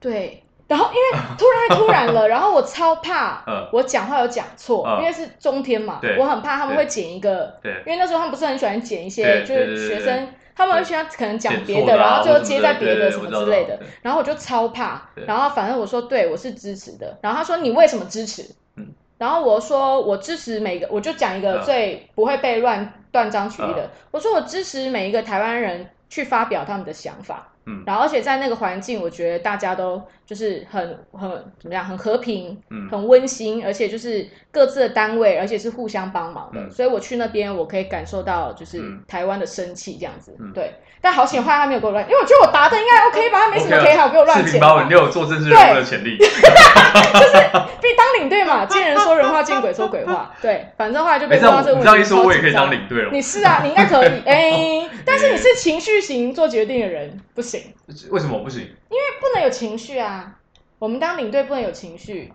[SPEAKER 2] 对，然后因为突然太突然 了，然后我超怕
[SPEAKER 1] 嗯
[SPEAKER 2] 我讲话有讲错，
[SPEAKER 1] 嗯
[SPEAKER 2] 因为是中天嘛
[SPEAKER 1] 对，
[SPEAKER 2] 我很怕他们会剪一个，
[SPEAKER 1] 对
[SPEAKER 2] 因为那时候他们不是很喜欢剪一
[SPEAKER 1] 对
[SPEAKER 2] 些就
[SPEAKER 1] 对对对
[SPEAKER 2] 是
[SPEAKER 1] 对
[SPEAKER 2] 学生，他们会喜欢可能讲
[SPEAKER 1] 剪
[SPEAKER 2] 别
[SPEAKER 1] 错
[SPEAKER 2] 的，
[SPEAKER 1] 的啊
[SPEAKER 2] 然后
[SPEAKER 1] 或
[SPEAKER 2] 最后
[SPEAKER 1] 者
[SPEAKER 2] 接
[SPEAKER 1] 什么
[SPEAKER 2] 在
[SPEAKER 1] 的
[SPEAKER 2] 别
[SPEAKER 1] 对
[SPEAKER 2] 的
[SPEAKER 1] 对
[SPEAKER 2] 什么
[SPEAKER 1] 我知道
[SPEAKER 2] 之类
[SPEAKER 1] 知道
[SPEAKER 2] 的
[SPEAKER 1] 对，
[SPEAKER 2] 然后我就超怕，
[SPEAKER 1] 对
[SPEAKER 2] 然后反正我说对我是支持的，然后他说你为什么支持
[SPEAKER 1] 嗯？
[SPEAKER 2] 然后我说我支持每个，我就讲一个
[SPEAKER 1] 嗯
[SPEAKER 2] 最不会被乱断章取义的，我说我支持每一个台湾人去发表他们的想法，
[SPEAKER 1] 嗯
[SPEAKER 2] 然后而且在那个环境，我觉得大家都就是很很怎么样，很和平，
[SPEAKER 1] 嗯
[SPEAKER 2] 很温馨，而且就是各自的单位，而且是互相帮忙的。
[SPEAKER 1] 嗯
[SPEAKER 2] 所以我去那边，我可以感受到就是
[SPEAKER 1] 嗯
[SPEAKER 2] 台湾的生气这样子。
[SPEAKER 1] 嗯
[SPEAKER 2] 对，但好险坏他没有给我乱，因为我觉得我答的应该 OK 吧，他没 什么可以好给我乱
[SPEAKER 1] 四
[SPEAKER 2] 剪
[SPEAKER 1] 零
[SPEAKER 2] 的
[SPEAKER 1] 八
[SPEAKER 2] 嘛
[SPEAKER 1] 五，六做政治人物的潜力，
[SPEAKER 2] 毕竟当领队嘛，见人说人话，见鬼说鬼 话。对，反正后来就
[SPEAKER 1] 没
[SPEAKER 2] 被
[SPEAKER 1] 事，
[SPEAKER 2] 问到这个
[SPEAKER 1] 我你
[SPEAKER 2] 问题，
[SPEAKER 1] 这样一说，我也可以
[SPEAKER 2] 超紧张
[SPEAKER 1] 当。领队了。哦
[SPEAKER 2] 你是啊，你应该可以，哎、但是你是情绪型做决定的人，不行。
[SPEAKER 1] 为什么不行？
[SPEAKER 2] 不能有情绪啊！我们当领队不能有情绪。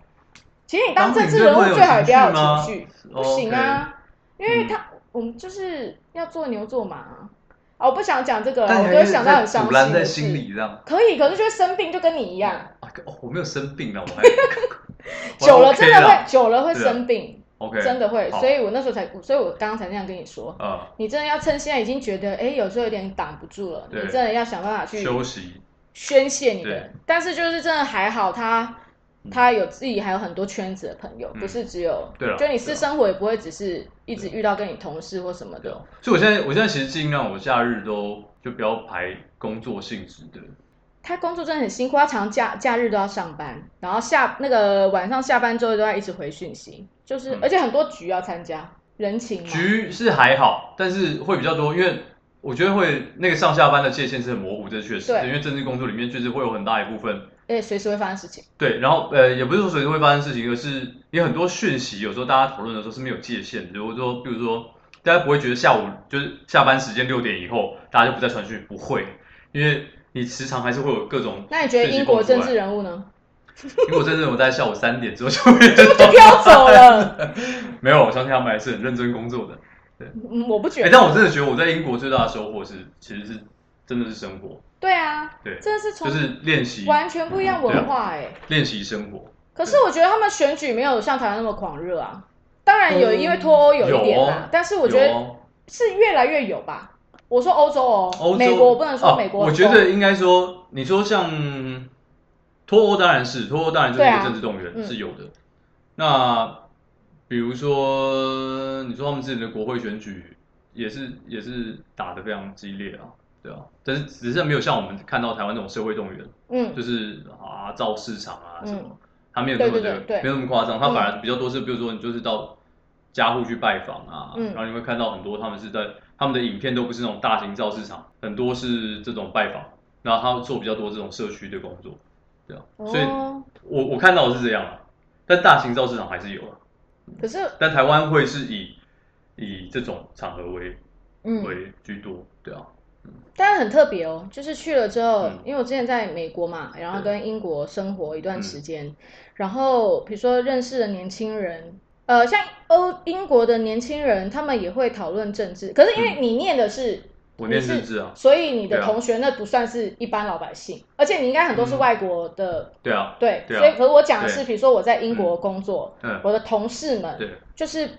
[SPEAKER 2] 其实你当
[SPEAKER 1] 当
[SPEAKER 2] 政
[SPEAKER 1] 领
[SPEAKER 2] 治
[SPEAKER 1] 队
[SPEAKER 2] 人物
[SPEAKER 1] 不能有
[SPEAKER 2] 最好也不要有
[SPEAKER 1] 情绪吗
[SPEAKER 2] 情绪，
[SPEAKER 1] 哦
[SPEAKER 2] 不行啊，因为
[SPEAKER 1] 嗯
[SPEAKER 2] 他、我们就是要做牛做马啊。啊我不想讲这个，
[SPEAKER 1] 但
[SPEAKER 2] 我
[SPEAKER 1] 你
[SPEAKER 2] 都
[SPEAKER 1] 还
[SPEAKER 2] 会
[SPEAKER 1] 是
[SPEAKER 2] 想到很
[SPEAKER 1] 在
[SPEAKER 2] 伤
[SPEAKER 1] 鼓
[SPEAKER 2] 心
[SPEAKER 1] 烂在
[SPEAKER 2] 的
[SPEAKER 1] 心
[SPEAKER 2] 事。
[SPEAKER 1] 里这样。
[SPEAKER 2] 可以，可是就会生病，就跟你一样，
[SPEAKER 1] 啊，哦，我没有生病啊， 我还
[SPEAKER 2] 久
[SPEAKER 1] 我还
[SPEAKER 2] 了
[SPEAKER 1] OK
[SPEAKER 2] 真的
[SPEAKER 1] 啦
[SPEAKER 2] 会，久了会
[SPEAKER 1] 对
[SPEAKER 2] 生病，
[SPEAKER 1] OK，
[SPEAKER 2] 真的会。
[SPEAKER 1] 好
[SPEAKER 2] 所以我那时候才，所以我刚刚才那样跟你说，
[SPEAKER 1] 呃，
[SPEAKER 2] 你真的要趁现在已经觉得，哎，有时候有点挡不住了，你
[SPEAKER 1] 对
[SPEAKER 2] 真的要想办法去
[SPEAKER 1] 休息，
[SPEAKER 2] 宣泄你的
[SPEAKER 1] 对，
[SPEAKER 2] 但是就是真的还好他，他
[SPEAKER 1] 嗯
[SPEAKER 2] 有自己还有很多圈子的朋友，
[SPEAKER 1] 嗯
[SPEAKER 2] 不是只有，
[SPEAKER 1] 对啦
[SPEAKER 2] 就你
[SPEAKER 1] 对啊
[SPEAKER 2] 私
[SPEAKER 1] 啦
[SPEAKER 2] 生活也不会只是一直遇到跟你同事或什么的，
[SPEAKER 1] 所以我现在我现在其实尽量我假日都就不要排工作性质的，
[SPEAKER 2] 他工作真的很辛苦，他常假假日都要上班，然后下那个晚上下班之后都要一直回讯息，就是、
[SPEAKER 1] 嗯
[SPEAKER 2] 而且很多局要参加，人情嘛，
[SPEAKER 1] 局是还好，但是会比较多，因为我觉得会那个上下班的界限是很模糊，这确实，
[SPEAKER 2] 对
[SPEAKER 1] 因为政治工作里面确实会有很大一部分。
[SPEAKER 2] 而且随时会发生事情。
[SPEAKER 1] 对，然后呃，也不是说随时会发生事情，而是有很多讯息，有时候大家讨论的时候是没有界限的。比如说，比如说，大家不会觉得下午就是下班时间六点以后，大家就不再传讯，不会，因为你时常还是会有各种
[SPEAKER 2] 那你觉得
[SPEAKER 1] 讯息
[SPEAKER 2] 英国
[SPEAKER 1] 蹦出来
[SPEAKER 2] 政治人 物呢？
[SPEAKER 1] 因为我真的我在下午三点之后就会 认
[SPEAKER 2] 就飘走了，
[SPEAKER 1] 没有，我相信他们还是很认真工作的。
[SPEAKER 2] 嗯我不觉
[SPEAKER 1] 哎，
[SPEAKER 2] 得。
[SPEAKER 1] 但我真的觉得我在英国最大的收获是，其实是真的是生活，
[SPEAKER 2] 对啊，
[SPEAKER 1] 对，
[SPEAKER 2] 真的是从
[SPEAKER 1] 就是练习
[SPEAKER 2] 完全不一样文
[SPEAKER 1] 对啊
[SPEAKER 2] 化哎、
[SPEAKER 1] 练习生活。
[SPEAKER 2] 可是我觉得他们选举没有像台湾那么狂热啊。当然有，因为脱欧有一点啦、
[SPEAKER 1] 嗯有哦
[SPEAKER 2] 但是我觉
[SPEAKER 1] 有
[SPEAKER 2] 得
[SPEAKER 1] 哦
[SPEAKER 2] 是越来越有吧。我说欧洲哦，
[SPEAKER 1] 欧洲
[SPEAKER 2] 美国我不能说美国、
[SPEAKER 1] 啊我觉得，应该说，你说像脱欧当然是脱欧，当然就是一
[SPEAKER 2] 对啊
[SPEAKER 1] 个政治动员、
[SPEAKER 2] 嗯
[SPEAKER 1] 是有的。那比如说，你说他们之前的国会选举也是也是打得非常激烈啊，对啊，但是只是没有像我们看到台湾那种社会动员，
[SPEAKER 2] 嗯，
[SPEAKER 1] 就是啊造市场啊什么，
[SPEAKER 2] 嗯
[SPEAKER 1] 他没有那么的
[SPEAKER 2] 对对对对嗯
[SPEAKER 1] 没有那么夸张，他反而比较多是，比如说你就是到家户去拜访啊，
[SPEAKER 2] 嗯
[SPEAKER 1] 然后你会看到很多他们是在他们的影片都不是那种大型造市场，很多是这种拜访，然后他会做比较多这种社区的工作，对啊，所以
[SPEAKER 2] 哦，
[SPEAKER 1] 我我看到的是这样啊，但大型造市场还是有啊，
[SPEAKER 2] 可是
[SPEAKER 1] 但台湾会是以以这种场合为
[SPEAKER 2] 嗯，
[SPEAKER 1] 为居多，对啊，
[SPEAKER 2] 但是很特别哦，就是去了之后、
[SPEAKER 1] 嗯
[SPEAKER 2] 因为我之前在美国嘛，然后
[SPEAKER 1] 对嗯
[SPEAKER 2] 跟英国生活一段时间、然后比如说认识的年轻人。呃，像欧英国的年轻人，他们也会讨论政治，可是因为你念的是
[SPEAKER 1] 嗯我念
[SPEAKER 2] 你是
[SPEAKER 1] 政治啊，
[SPEAKER 2] 所以你的
[SPEAKER 1] 对啊
[SPEAKER 2] 同学那不算是一般老百姓，而且你应该很多是外国的，
[SPEAKER 1] 对啊，
[SPEAKER 2] 对，
[SPEAKER 1] 对啊
[SPEAKER 2] 所以可是我讲的是，
[SPEAKER 1] 对
[SPEAKER 2] 比如说我在英国工作，
[SPEAKER 1] 嗯，
[SPEAKER 2] 我的同事们
[SPEAKER 1] 对，
[SPEAKER 2] 就是嗯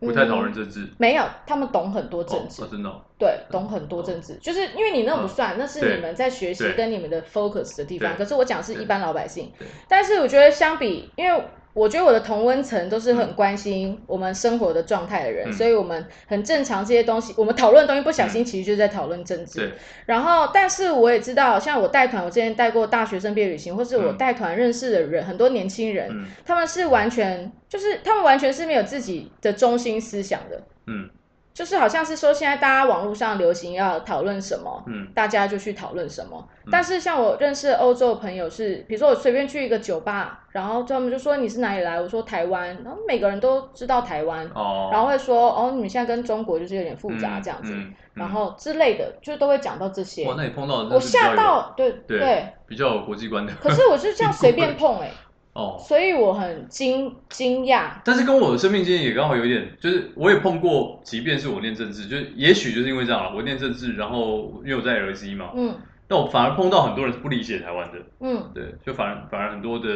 [SPEAKER 1] 不太讨论政治，
[SPEAKER 2] 没有，他们懂很多政
[SPEAKER 1] 哦，
[SPEAKER 2] 治，
[SPEAKER 1] 哦真的哦，
[SPEAKER 2] 对，懂很多政治，就是因为你那个不算，那是
[SPEAKER 1] 嗯对
[SPEAKER 2] 你们在学习
[SPEAKER 1] 对
[SPEAKER 2] 跟你们的 focus 的地方。
[SPEAKER 1] 对
[SPEAKER 2] 可是我讲的是
[SPEAKER 1] 对
[SPEAKER 2] 一般老百姓
[SPEAKER 1] 对，
[SPEAKER 2] 但是我觉得相比，因为我觉得我的同温层都是很关心我们生活的状态的人，
[SPEAKER 1] 嗯
[SPEAKER 2] 所以我们很正常这些东西，我们讨论的东西不小心其实就是在讨论政治。
[SPEAKER 1] 对。
[SPEAKER 2] 然后，但是我也知道，像我带团，我之前带过大学生毕业旅行，或是我
[SPEAKER 1] 嗯
[SPEAKER 2] 带团认识的人，很多年轻人，
[SPEAKER 1] 嗯
[SPEAKER 2] 他们是完全就是他们完全是没有自己的中心思想的，
[SPEAKER 1] 嗯
[SPEAKER 2] 就是好像是说现在大家网络上流行要讨论什么，
[SPEAKER 1] 嗯
[SPEAKER 2] 大家就去讨论什么。
[SPEAKER 1] 嗯
[SPEAKER 2] 但是像我认识的欧洲的朋友是，比如说我随便去一个酒吧，然后他们就说你是哪里来，我说台湾，然后每个人都知道台湾，
[SPEAKER 1] 哦，
[SPEAKER 2] 然后会说哦你们现在跟中国就是有点复杂
[SPEAKER 1] 嗯
[SPEAKER 2] 这样子，
[SPEAKER 1] 嗯嗯
[SPEAKER 2] 然后之类的，就都会讲到这些。
[SPEAKER 1] 哇，那你碰到的
[SPEAKER 2] 我
[SPEAKER 1] 真是比较
[SPEAKER 2] 吓
[SPEAKER 1] 有
[SPEAKER 2] 到，对
[SPEAKER 1] 对比较有国际观的
[SPEAKER 2] 可是我是这样随便碰哎、
[SPEAKER 1] 哦。
[SPEAKER 2] 所以我很惊惊讶。
[SPEAKER 1] 但是跟我的生命经验也刚好有一点，就是我也碰过，即便是我念政治，就是也许就是因为这样了，我念政治，然后因为我在 LC 嘛，
[SPEAKER 2] 嗯，
[SPEAKER 1] 但我反而碰到很多人是不理解台湾的，
[SPEAKER 2] 嗯
[SPEAKER 1] 对，就反而反而很多的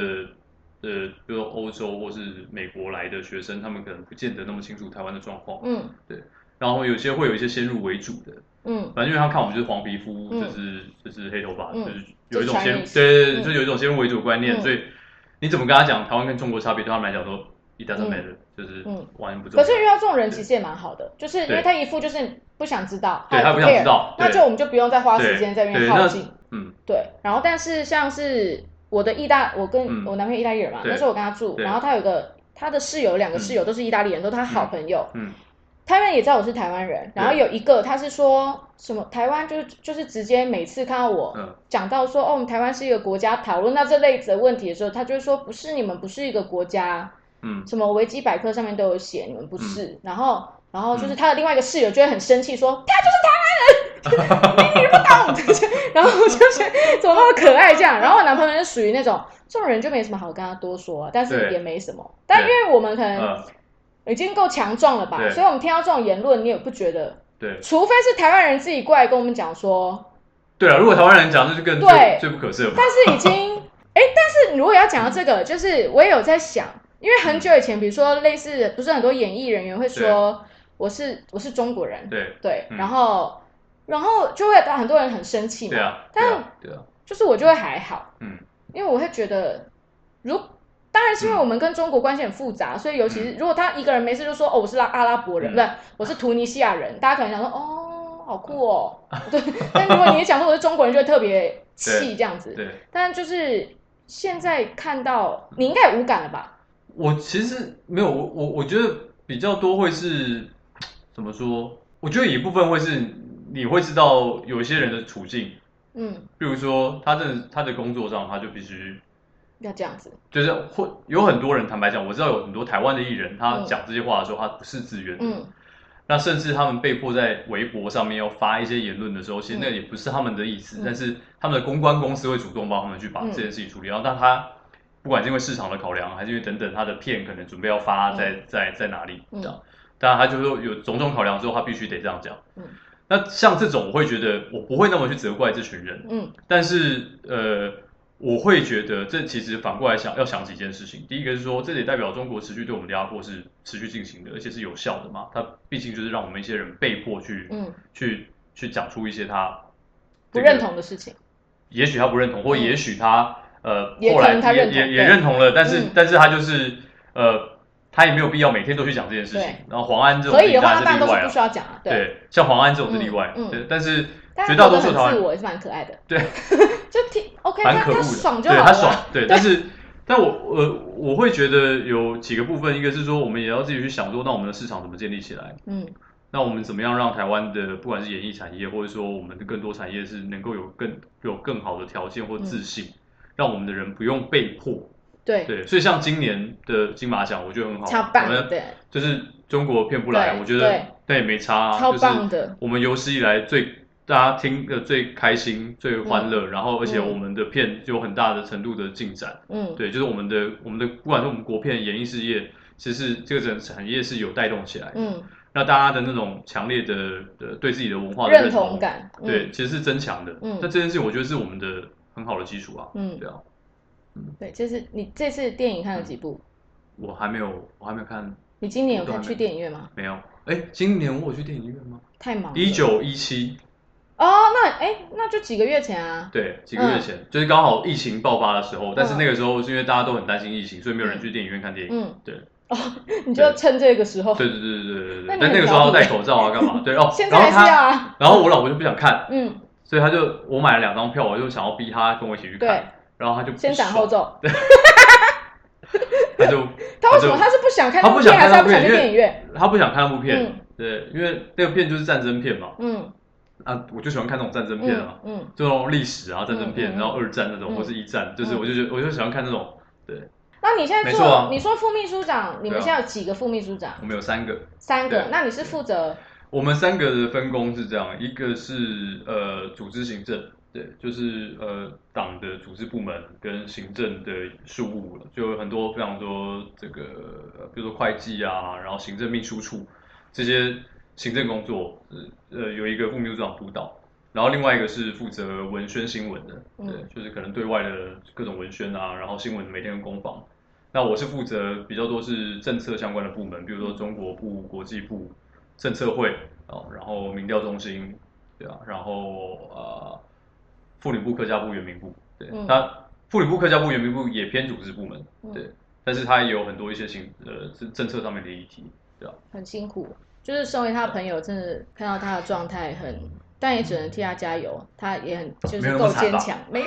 [SPEAKER 1] 呃，比如欧洲或是美国来的学生，他们可能不见得那么清楚台湾的状况，
[SPEAKER 2] 嗯
[SPEAKER 1] 然后有些会有一些先入为主的，
[SPEAKER 2] 嗯
[SPEAKER 1] 反正因为他看我们就是黄皮肤，
[SPEAKER 2] 嗯
[SPEAKER 1] 就是就是黑头发，
[SPEAKER 2] 嗯
[SPEAKER 1] 就是有一种
[SPEAKER 2] 就
[SPEAKER 1] 先
[SPEAKER 2] Chinese
[SPEAKER 1] 对对对，
[SPEAKER 2] 嗯
[SPEAKER 1] 就有一种先入为主的观念，
[SPEAKER 2] 嗯
[SPEAKER 1] 所以你怎么跟他讲台湾跟中国差别，对他们来讲都 it doesn't
[SPEAKER 2] 嗯
[SPEAKER 1] matter，、就是
[SPEAKER 2] 嗯
[SPEAKER 1] 完全不重
[SPEAKER 2] 可
[SPEAKER 1] 要。
[SPEAKER 2] 是遇到这种人其实也蛮好的，就是因为
[SPEAKER 1] 对
[SPEAKER 2] 他一副就是不想知道，
[SPEAKER 1] 对他
[SPEAKER 2] 他也
[SPEAKER 1] 不
[SPEAKER 2] care，
[SPEAKER 1] 想知道，
[SPEAKER 2] 那
[SPEAKER 1] 对
[SPEAKER 2] 就我们就不用再花时间在那
[SPEAKER 1] 对
[SPEAKER 2] 边
[SPEAKER 1] 对
[SPEAKER 2] 耗
[SPEAKER 1] 那
[SPEAKER 2] 尽。
[SPEAKER 1] 嗯
[SPEAKER 2] 对，然后但是像是我的意大，我跟
[SPEAKER 1] 嗯
[SPEAKER 2] 我男朋友意大利人嘛，
[SPEAKER 1] 对
[SPEAKER 2] 那时候我跟他住，
[SPEAKER 1] 对
[SPEAKER 2] 然后他有个他的室友，有两个室友都是意大利人，都是他好朋友。
[SPEAKER 1] 嗯
[SPEAKER 2] 他们也知道我是台湾人，然后有一个他是说什么台湾就是就是直接每次看到我
[SPEAKER 1] 嗯
[SPEAKER 2] 讲到说哦，我们台湾是一个国家，讨论到这类子的问题的时候，他就会说不是你们不是一个国家，
[SPEAKER 1] 嗯，
[SPEAKER 2] 什么维基百科上面都有写你们不是，然后然后
[SPEAKER 1] 嗯
[SPEAKER 2] 就是他的另外一个室友就会很生气说他就是台湾人，你你不懂，就是然后我就觉得怎么那么可爱这 样，然后我男朋友就属于那种这种人就没什么好跟他多说、啊但是
[SPEAKER 1] 对
[SPEAKER 2] 也没什么，但因为我们可能
[SPEAKER 1] 呃，
[SPEAKER 2] 已经够强壮了吧，
[SPEAKER 1] 对
[SPEAKER 2] 所以我们听到这种言论，你也不觉得，
[SPEAKER 1] 对
[SPEAKER 2] 除非是台湾人自己过来跟我们讲说，
[SPEAKER 1] 对啊，如果台湾人讲，那就更
[SPEAKER 2] 对
[SPEAKER 1] 最最不可赦了。
[SPEAKER 2] 但是已经，哎、但是如果要讲到这个，就是我也有在想，因为很久以前，比如说类似，不是很多演艺人员会说我是我是中国人，
[SPEAKER 1] 对
[SPEAKER 2] 对，
[SPEAKER 1] 嗯
[SPEAKER 2] 然后然后就会很多人很生气嘛，
[SPEAKER 1] 对啊，对
[SPEAKER 2] 但
[SPEAKER 1] 啊，对啊，
[SPEAKER 2] 就是我就会还好，
[SPEAKER 1] 嗯，
[SPEAKER 2] 因为我会觉得，如当然是因为我们跟中国关系很复杂，所以尤其是如果他一个人没事就说哦我是拉阿拉伯人，
[SPEAKER 1] 嗯
[SPEAKER 2] 不是我是突尼西亚人，大家可能想说哦好酷哦，对。但如果你也讲说我是中国人，就会特别气这样子。
[SPEAKER 1] 对。
[SPEAKER 2] 但就是现在看到你应该也无感了吧？
[SPEAKER 1] 我其实没有，我我我觉得比较多会是怎么说？我觉得有一部分会是你会知道有一些人的处境，
[SPEAKER 2] 嗯，
[SPEAKER 1] 比如说他的他的工作上，他就必须
[SPEAKER 2] 要这样子，
[SPEAKER 1] 就是会有很多人，坦白讲，我知道有很多台湾的艺人，他讲这些话的时候，他不是自愿的。
[SPEAKER 2] 嗯
[SPEAKER 1] 那甚至他们被迫在微博上面要发一些言论的时候，其实
[SPEAKER 2] 嗯
[SPEAKER 1] 那也不是他们的意思，
[SPEAKER 2] 嗯
[SPEAKER 1] 但是他们的公关公司会主动帮他们去把
[SPEAKER 2] 嗯
[SPEAKER 1] 这件事情处理掉。但他不管是因为市场的考量，还是因为等等他的片可能准备要发在、在在哪里
[SPEAKER 2] 嗯
[SPEAKER 1] 这样，当然他就说有种种考量之后，他必须得这样讲。
[SPEAKER 2] 嗯
[SPEAKER 1] 那像这种，我会觉得我不会那么去责怪这群人，
[SPEAKER 2] 嗯
[SPEAKER 1] 但是呃，我会觉得这其实反过来想要想几件事情。第一个是说，这也代表中国持续对我们的压迫是持续进行的，而且是有效的嘛。它毕竟就是让我们一些人被迫去、
[SPEAKER 2] 嗯，
[SPEAKER 1] 去去讲出一些他、
[SPEAKER 2] 不认，同的事情，
[SPEAKER 1] 也许他不认同，或
[SPEAKER 2] 嗯
[SPEAKER 1] 也许他、
[SPEAKER 2] 也
[SPEAKER 1] 呃后
[SPEAKER 2] 可能
[SPEAKER 1] 来
[SPEAKER 2] 他
[SPEAKER 1] 也
[SPEAKER 2] 认同
[SPEAKER 1] 也也
[SPEAKER 2] 对
[SPEAKER 1] 认同了，但是、
[SPEAKER 2] 嗯
[SPEAKER 1] 但是他就是呃。他也没有必要每天都去讲这件事情
[SPEAKER 2] 对。
[SPEAKER 1] 然后黄安这种
[SPEAKER 2] 可以的话，
[SPEAKER 1] 是
[SPEAKER 2] 他当然
[SPEAKER 1] 例
[SPEAKER 2] 都
[SPEAKER 1] 外
[SPEAKER 2] 是不
[SPEAKER 1] 啊
[SPEAKER 2] 需，要讲啊，对。
[SPEAKER 1] 对，像黄安这种是例外，
[SPEAKER 2] 嗯嗯
[SPEAKER 1] 对。但是
[SPEAKER 2] 但
[SPEAKER 1] 绝
[SPEAKER 2] 是
[SPEAKER 1] 大
[SPEAKER 2] 他
[SPEAKER 1] 多
[SPEAKER 2] 都
[SPEAKER 1] 数
[SPEAKER 2] 很
[SPEAKER 1] 台湾
[SPEAKER 2] 自我也是蛮可爱的，
[SPEAKER 1] 对，
[SPEAKER 2] 就挺 OK，
[SPEAKER 1] 蛮
[SPEAKER 2] 他
[SPEAKER 1] 可恶
[SPEAKER 2] 他
[SPEAKER 1] 的，
[SPEAKER 2] 爽就
[SPEAKER 1] 对
[SPEAKER 2] 好
[SPEAKER 1] 他
[SPEAKER 2] 了
[SPEAKER 1] 爽
[SPEAKER 2] 啊。，
[SPEAKER 1] 对，但是，但我呃，我会觉得有几个部分，一个是说我们也要自己去想说，那我们的市场怎么建立起来？
[SPEAKER 2] 嗯
[SPEAKER 1] 那我们怎么样让台湾的不管是演艺产业，或者说我们的更多产业是能够有更有更好的条件或
[SPEAKER 2] 嗯
[SPEAKER 1] 自信，让我们的人不用被迫。
[SPEAKER 2] 对，
[SPEAKER 1] 对，所以像今年的金马奖，我觉得很好，
[SPEAKER 2] 超
[SPEAKER 1] 我
[SPEAKER 2] 棒的，
[SPEAKER 1] 们
[SPEAKER 2] 对，
[SPEAKER 1] 就是中国骗不来，
[SPEAKER 2] 对
[SPEAKER 1] 我觉得
[SPEAKER 2] 对
[SPEAKER 1] 那也没差、啊，
[SPEAKER 2] 超
[SPEAKER 1] 就是
[SPEAKER 2] 棒的，
[SPEAKER 1] 我们有史以来最大家听的最开心、最欢乐，然后而且
[SPEAKER 2] 嗯
[SPEAKER 1] 我们的片有很大的程度的进展，
[SPEAKER 2] 嗯，
[SPEAKER 1] 对，就是我们的我们的不管是我们国片、演艺事业，其实这个整个产业是有带动起来的。
[SPEAKER 2] 嗯，
[SPEAKER 1] 那大家的那种强烈的呃对自己的文化的
[SPEAKER 2] 认
[SPEAKER 1] 同
[SPEAKER 2] 同，感，嗯
[SPEAKER 1] 对，，其实是增强的。
[SPEAKER 2] 嗯
[SPEAKER 1] 那这件事情我觉得是我们的很好的基础啊。
[SPEAKER 2] 嗯，
[SPEAKER 1] 对啊，
[SPEAKER 2] 对，这是你这次电影看了几部？
[SPEAKER 1] 嗯我还没有，我还没有看，
[SPEAKER 2] 你今年有
[SPEAKER 1] 我都还
[SPEAKER 2] 看
[SPEAKER 1] 没
[SPEAKER 2] 去电影院吗？
[SPEAKER 1] 没有。哎，今年我有去电影院吗？
[SPEAKER 2] 太忙了。
[SPEAKER 1] 一九一七，
[SPEAKER 2] 哦，那哎，那就几个月前啊。
[SPEAKER 1] 对，几个月前、就是刚好疫情爆发的时候，但是那个时候是因为大家都很担心疫情，所以没有人去电影院看电影。
[SPEAKER 2] 嗯，
[SPEAKER 1] 对，
[SPEAKER 2] 你就趁这个时候。
[SPEAKER 1] 对对对对对对对。
[SPEAKER 2] 那
[SPEAKER 1] 但
[SPEAKER 2] 你很
[SPEAKER 1] 那个时候还要
[SPEAKER 2] 调皮
[SPEAKER 1] 戴口罩啊，干嘛？对哦。
[SPEAKER 2] 现在
[SPEAKER 1] 然后
[SPEAKER 2] 还是要
[SPEAKER 1] 他，
[SPEAKER 2] 啊。
[SPEAKER 1] 然后我老婆就不想看，
[SPEAKER 2] 嗯，
[SPEAKER 1] 所以他就我买了两张票，我就想要逼他跟我一起去
[SPEAKER 2] 对
[SPEAKER 1] 看，，然后他就不
[SPEAKER 2] 先斩
[SPEAKER 1] 爽，
[SPEAKER 2] 后奏。
[SPEAKER 1] 他 就
[SPEAKER 2] 他为什么
[SPEAKER 1] 他就
[SPEAKER 2] 他是不想看
[SPEAKER 1] 他
[SPEAKER 2] 那部
[SPEAKER 1] 不想
[SPEAKER 2] 片，还是
[SPEAKER 1] 看
[SPEAKER 2] 不
[SPEAKER 1] 那
[SPEAKER 2] 想
[SPEAKER 1] 部
[SPEAKER 2] 去
[SPEAKER 1] 片
[SPEAKER 2] 电影院？
[SPEAKER 1] 他不想看那部片，
[SPEAKER 2] 嗯
[SPEAKER 1] 对，因为那个片就是战争片嘛，
[SPEAKER 2] 嗯
[SPEAKER 1] 啊，我就喜欢看那种战争片啊
[SPEAKER 2] 嗯，嗯。
[SPEAKER 1] 这种历史啊战争
[SPEAKER 2] 嗯
[SPEAKER 1] 片，
[SPEAKER 2] 嗯嗯
[SPEAKER 1] 然后二战那种、
[SPEAKER 2] 嗯
[SPEAKER 1] 或是一战，就是
[SPEAKER 2] 嗯
[SPEAKER 1] 我就觉得我就喜欢看那种，
[SPEAKER 2] 那你现在
[SPEAKER 1] 没错啊
[SPEAKER 2] 做，你说副秘书长，你
[SPEAKER 1] 对
[SPEAKER 2] 们
[SPEAKER 1] 啊
[SPEAKER 2] 现在有几个副秘书长
[SPEAKER 1] 我？们有三个。
[SPEAKER 2] 三个
[SPEAKER 1] 对。
[SPEAKER 2] 那你是负责
[SPEAKER 1] 我们三个的分工是这样，一个是呃组织行政，对，就是呃党的组织部门跟行政的事务了，就有很多非常多这个，呃比如说会计啊，然后行政秘书处这些行政工作，呃呃有一个副秘书长督导。然后另外一个是负责文宣新闻的，
[SPEAKER 2] 嗯
[SPEAKER 1] 对，就是可能对外的各种文宣啊，然后新闻每天的攻防。那我是负责比较多是政策相关的部门，比如说中国部、国际部、政策会哦，然后民调中心，对啊，然后呃，妇女部、科家部、原民部，对，
[SPEAKER 2] 嗯
[SPEAKER 1] 那妇女部、科家部、原民部也偏组织部门，
[SPEAKER 2] 嗯
[SPEAKER 1] 对，但是它也有很多一些行呃政政策上面的议题，对啊，
[SPEAKER 2] 很辛苦。就是身为他的朋友，真的看到他的状态很，但也只能替他加油。他也很就
[SPEAKER 1] 没有那么
[SPEAKER 2] 是够
[SPEAKER 1] 惨
[SPEAKER 2] 坚
[SPEAKER 1] 吧
[SPEAKER 2] 强，没 有，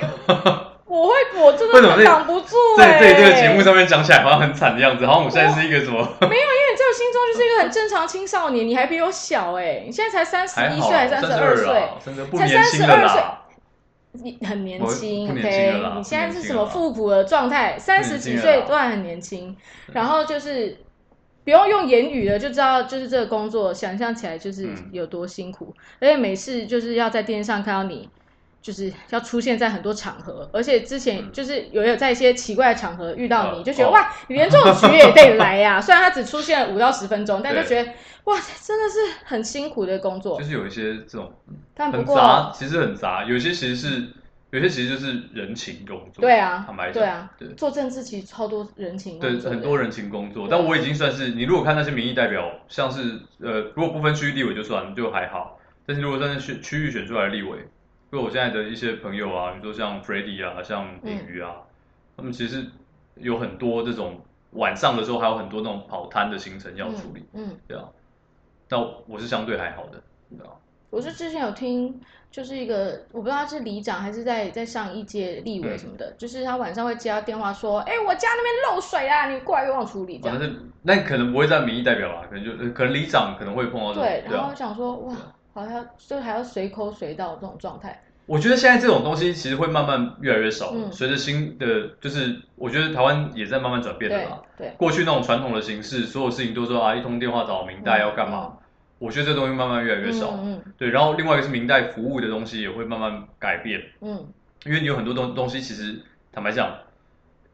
[SPEAKER 2] 我会我真
[SPEAKER 1] 为什么
[SPEAKER 2] 的
[SPEAKER 1] 这
[SPEAKER 2] 挡不住
[SPEAKER 1] 在
[SPEAKER 2] 哎、
[SPEAKER 1] 对这个节目上面讲起来好像很惨的样子，好像我
[SPEAKER 2] 哦
[SPEAKER 1] 现在是一个什么？
[SPEAKER 2] 因为你在我心中就是一个很正常青少年，你还比我小哎、你现在才三十
[SPEAKER 1] 还
[SPEAKER 2] 一
[SPEAKER 1] 好
[SPEAKER 2] 岁，还
[SPEAKER 1] 啦，
[SPEAKER 2] 三
[SPEAKER 1] 三
[SPEAKER 2] 十
[SPEAKER 1] 十
[SPEAKER 2] 二
[SPEAKER 1] 二啊
[SPEAKER 2] 岁
[SPEAKER 1] 啦，，真的不
[SPEAKER 2] 才
[SPEAKER 1] 年轻了
[SPEAKER 2] 32岁
[SPEAKER 1] 啦。
[SPEAKER 2] 你很年
[SPEAKER 1] 我
[SPEAKER 2] 轻
[SPEAKER 1] 哦不年轻了啦
[SPEAKER 2] ，OK？你现在
[SPEAKER 1] 不年轻
[SPEAKER 2] 是什
[SPEAKER 1] 了
[SPEAKER 2] 么
[SPEAKER 1] 啦
[SPEAKER 2] 复古的状态？三十
[SPEAKER 1] 年轻
[SPEAKER 2] 几
[SPEAKER 1] 了
[SPEAKER 2] 岁
[SPEAKER 1] 啦嗯
[SPEAKER 2] 都还很年轻，然后就是不用用言语了，就知道就是这个工作想象起来就是
[SPEAKER 1] 嗯
[SPEAKER 2] 有多辛苦，而且每次就是要在电视上看到你。就是要出现在很多场合，而且之前
[SPEAKER 1] 嗯
[SPEAKER 2] 就是有有在一些奇怪的场合遇到你，
[SPEAKER 1] 哦
[SPEAKER 2] 就觉得
[SPEAKER 1] 哦
[SPEAKER 2] 哇，你连这种局也得来呀、 虽然他只出现了五到十分钟，但就
[SPEAKER 1] 对
[SPEAKER 2] 觉得哇，真的是很辛苦的工作
[SPEAKER 1] 就。是有一些这种
[SPEAKER 2] 但不
[SPEAKER 1] 很
[SPEAKER 2] 过
[SPEAKER 1] 杂，其实很杂，有些其实是有些其实就是人情工作。
[SPEAKER 2] 对啊
[SPEAKER 1] 坦白讲，
[SPEAKER 2] 对啊
[SPEAKER 1] 对
[SPEAKER 2] 做政治其实超多人情工
[SPEAKER 1] 对，
[SPEAKER 2] 作的
[SPEAKER 1] 很多人情工作。
[SPEAKER 2] 对
[SPEAKER 1] 但我已经算是你如果看那些民意代表，像是呃，如果不分区域立委就算就还好，但是如果真的是区区域选出来的立委，因为我现在的一些朋友啊，你说像 Freddy 啊，像
[SPEAKER 2] 嗯
[SPEAKER 1] 品瑜啊，他们其实有很多这种晚上的时候还有很多那种跑摊的行程要处理。
[SPEAKER 2] 嗯。嗯，
[SPEAKER 1] 对啊，那我是相对还好的，对啊，
[SPEAKER 2] 我是之前有听，就是一个我不知道他是里长还是在在上一届立委
[SPEAKER 1] 嗯
[SPEAKER 2] 什么的，就是他晚上会接到电话说，哎、我家那边漏水啦，你过来帮我处理这
[SPEAKER 1] 反
[SPEAKER 2] 样。
[SPEAKER 1] 正那可能不会在民意代表啦，可能就呃可能里长可能会碰到这种，
[SPEAKER 2] 对，
[SPEAKER 1] 对
[SPEAKER 2] 然后
[SPEAKER 1] 啊
[SPEAKER 2] 我。想说，哇
[SPEAKER 1] 对啊，
[SPEAKER 2] 好像就还要随口随到这种状态，
[SPEAKER 1] 我觉得现在这种东西其实会慢慢越来越少了，
[SPEAKER 2] 嗯
[SPEAKER 1] 随着新的就是我觉得台湾也在慢慢转变的
[SPEAKER 2] 对
[SPEAKER 1] 啦。
[SPEAKER 2] 对，
[SPEAKER 1] 过去那种传统的形式，所有事情都说啊一通电话找明代要干嘛，我觉得这东西慢慢越来越
[SPEAKER 2] 嗯
[SPEAKER 1] 少。
[SPEAKER 2] 嗯
[SPEAKER 1] 对，然后另外一个是明代服务的东西也会慢慢改变。
[SPEAKER 2] 嗯
[SPEAKER 1] 因为你有很多东东西，其实坦白讲，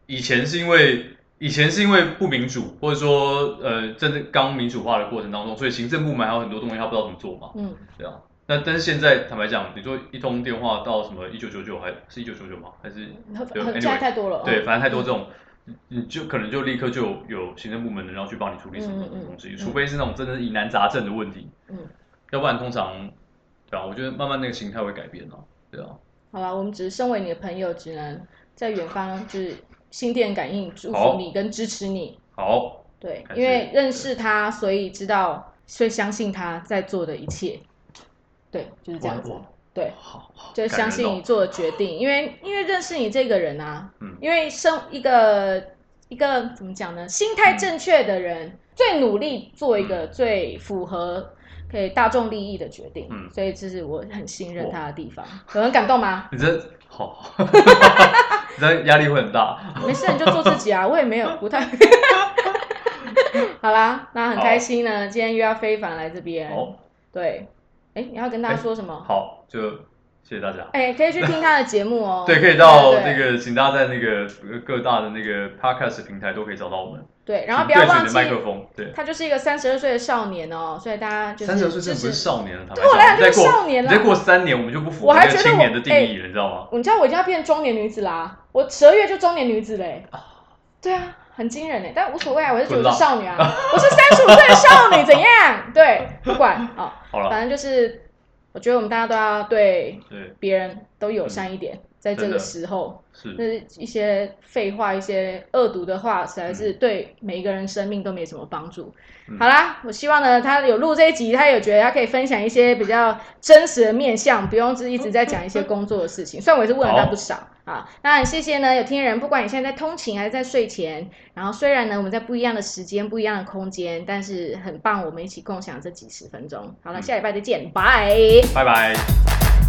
[SPEAKER 1] 以前是因为以前是因为不民主，或者说呃政治刚民主化的过程当中，所以行政部门还有很多东西他不知道怎么做嘛，
[SPEAKER 2] 嗯
[SPEAKER 1] 对啊。那但是现在坦白讲，你说一通电话到什么一九九九还是一九九九吗？还是
[SPEAKER 2] 嗯，很
[SPEAKER 1] 对
[SPEAKER 2] 很
[SPEAKER 1] anyway，
[SPEAKER 2] 现在太多了，
[SPEAKER 1] 对，
[SPEAKER 2] 嗯
[SPEAKER 1] 反正太多这种，你就可能就立刻就有有行政部门的人要去帮你处理什么
[SPEAKER 2] 嗯嗯嗯
[SPEAKER 1] 东西，
[SPEAKER 2] 嗯
[SPEAKER 1] 除非是那种真的是疑难杂症的问题，
[SPEAKER 2] 嗯，
[SPEAKER 1] 要不然通常对啊，我觉得慢慢那个形态会改变了，对啊。
[SPEAKER 2] 好吧，我们只是身为你的朋友，只能在远方就是心电感应祝
[SPEAKER 1] 好
[SPEAKER 2] 福你跟支持你。
[SPEAKER 1] 好，
[SPEAKER 2] 对，
[SPEAKER 1] 还
[SPEAKER 2] 因为
[SPEAKER 1] 是
[SPEAKER 2] 认识他，所以知道，所以相信他在做的一切。对，就是这样子
[SPEAKER 1] 哇。
[SPEAKER 2] 对，
[SPEAKER 1] 好，好
[SPEAKER 2] 就是相信
[SPEAKER 1] 感人
[SPEAKER 2] 你
[SPEAKER 1] 哦
[SPEAKER 2] 做的决定，因为因为认识你这个人啊，
[SPEAKER 1] 嗯
[SPEAKER 2] 因为生一个一个怎么讲呢？心态
[SPEAKER 1] 嗯
[SPEAKER 2] 正确的人，最努力做一个最符合给大众利益的决定。
[SPEAKER 1] 嗯
[SPEAKER 2] 所以这是我很信任
[SPEAKER 1] 哇
[SPEAKER 2] 他的地方。有很感动吗？
[SPEAKER 1] 你这好， 你这压力会很大。
[SPEAKER 2] 没事，你就做自 己啊，我也没有不太。 好啦，那很
[SPEAKER 1] 好
[SPEAKER 2] 开心呢，今天约到非凡来这边。
[SPEAKER 1] 好，
[SPEAKER 2] 对，哎，你要跟大家说什么？
[SPEAKER 1] 好，就谢谢大家。。
[SPEAKER 2] 哎，可以去听他的节目哦
[SPEAKER 1] 对，可以到
[SPEAKER 2] 对
[SPEAKER 1] 那个，请大家在那个呃各大的那个 podcast 平台都可以找到我们。
[SPEAKER 2] 对，然后
[SPEAKER 1] 请
[SPEAKER 2] 不要
[SPEAKER 1] 对准
[SPEAKER 2] 忘
[SPEAKER 1] 你
[SPEAKER 2] 记
[SPEAKER 1] 的，麦克风。对，
[SPEAKER 2] 他就是一个三十二岁的少年哦，所以大家就是
[SPEAKER 1] 三十二岁真
[SPEAKER 2] 支
[SPEAKER 1] 的不是
[SPEAKER 2] 持。
[SPEAKER 1] 少年了，坦白
[SPEAKER 2] 对我来
[SPEAKER 1] 讲，
[SPEAKER 2] 讲
[SPEAKER 1] 你再
[SPEAKER 2] 就是
[SPEAKER 1] 过
[SPEAKER 2] 少年
[SPEAKER 1] 你
[SPEAKER 2] 了
[SPEAKER 1] 再过三年，我们就不符
[SPEAKER 2] 我
[SPEAKER 1] 合
[SPEAKER 2] 还
[SPEAKER 1] 那个
[SPEAKER 2] 觉得
[SPEAKER 1] 青
[SPEAKER 2] 我
[SPEAKER 1] 年的定义了，你知道吗？
[SPEAKER 2] 你知道我已经要变中年女子啦，我十二月就中年女子嘞。对啊，很惊人嘞，但无所谓啊，我是九
[SPEAKER 1] 滚
[SPEAKER 2] 十
[SPEAKER 1] 浪
[SPEAKER 2] 少女啊，我是三十五岁的少女，怎样？对，不管哦，
[SPEAKER 1] 好了，
[SPEAKER 2] 反正就是，我觉得我们大家都要对
[SPEAKER 1] 对，
[SPEAKER 2] 别人都友善一点，在这
[SPEAKER 1] 真
[SPEAKER 2] 个
[SPEAKER 1] 的
[SPEAKER 2] 时候。那
[SPEAKER 1] 是
[SPEAKER 2] 一些废话、一些恶毒的话，实在是对每一个人生命都没什么帮助。
[SPEAKER 1] 嗯
[SPEAKER 2] 好啦，我希望呢，他有录这一集，他也觉得他可以分享一些比较真实的面相，不用是一直在讲一些工作的事情。虽然我也是问了他
[SPEAKER 1] 好
[SPEAKER 2] 不少啊，那很谢谢呢，有听人，不管你现在在通勤还是在睡前，然后虽然呢我们在不一样的时间、不一样的空间，但是很棒，我们一起共享这几十分钟。好了，
[SPEAKER 1] 嗯
[SPEAKER 2] 下礼拜再见，拜。
[SPEAKER 1] 拜拜。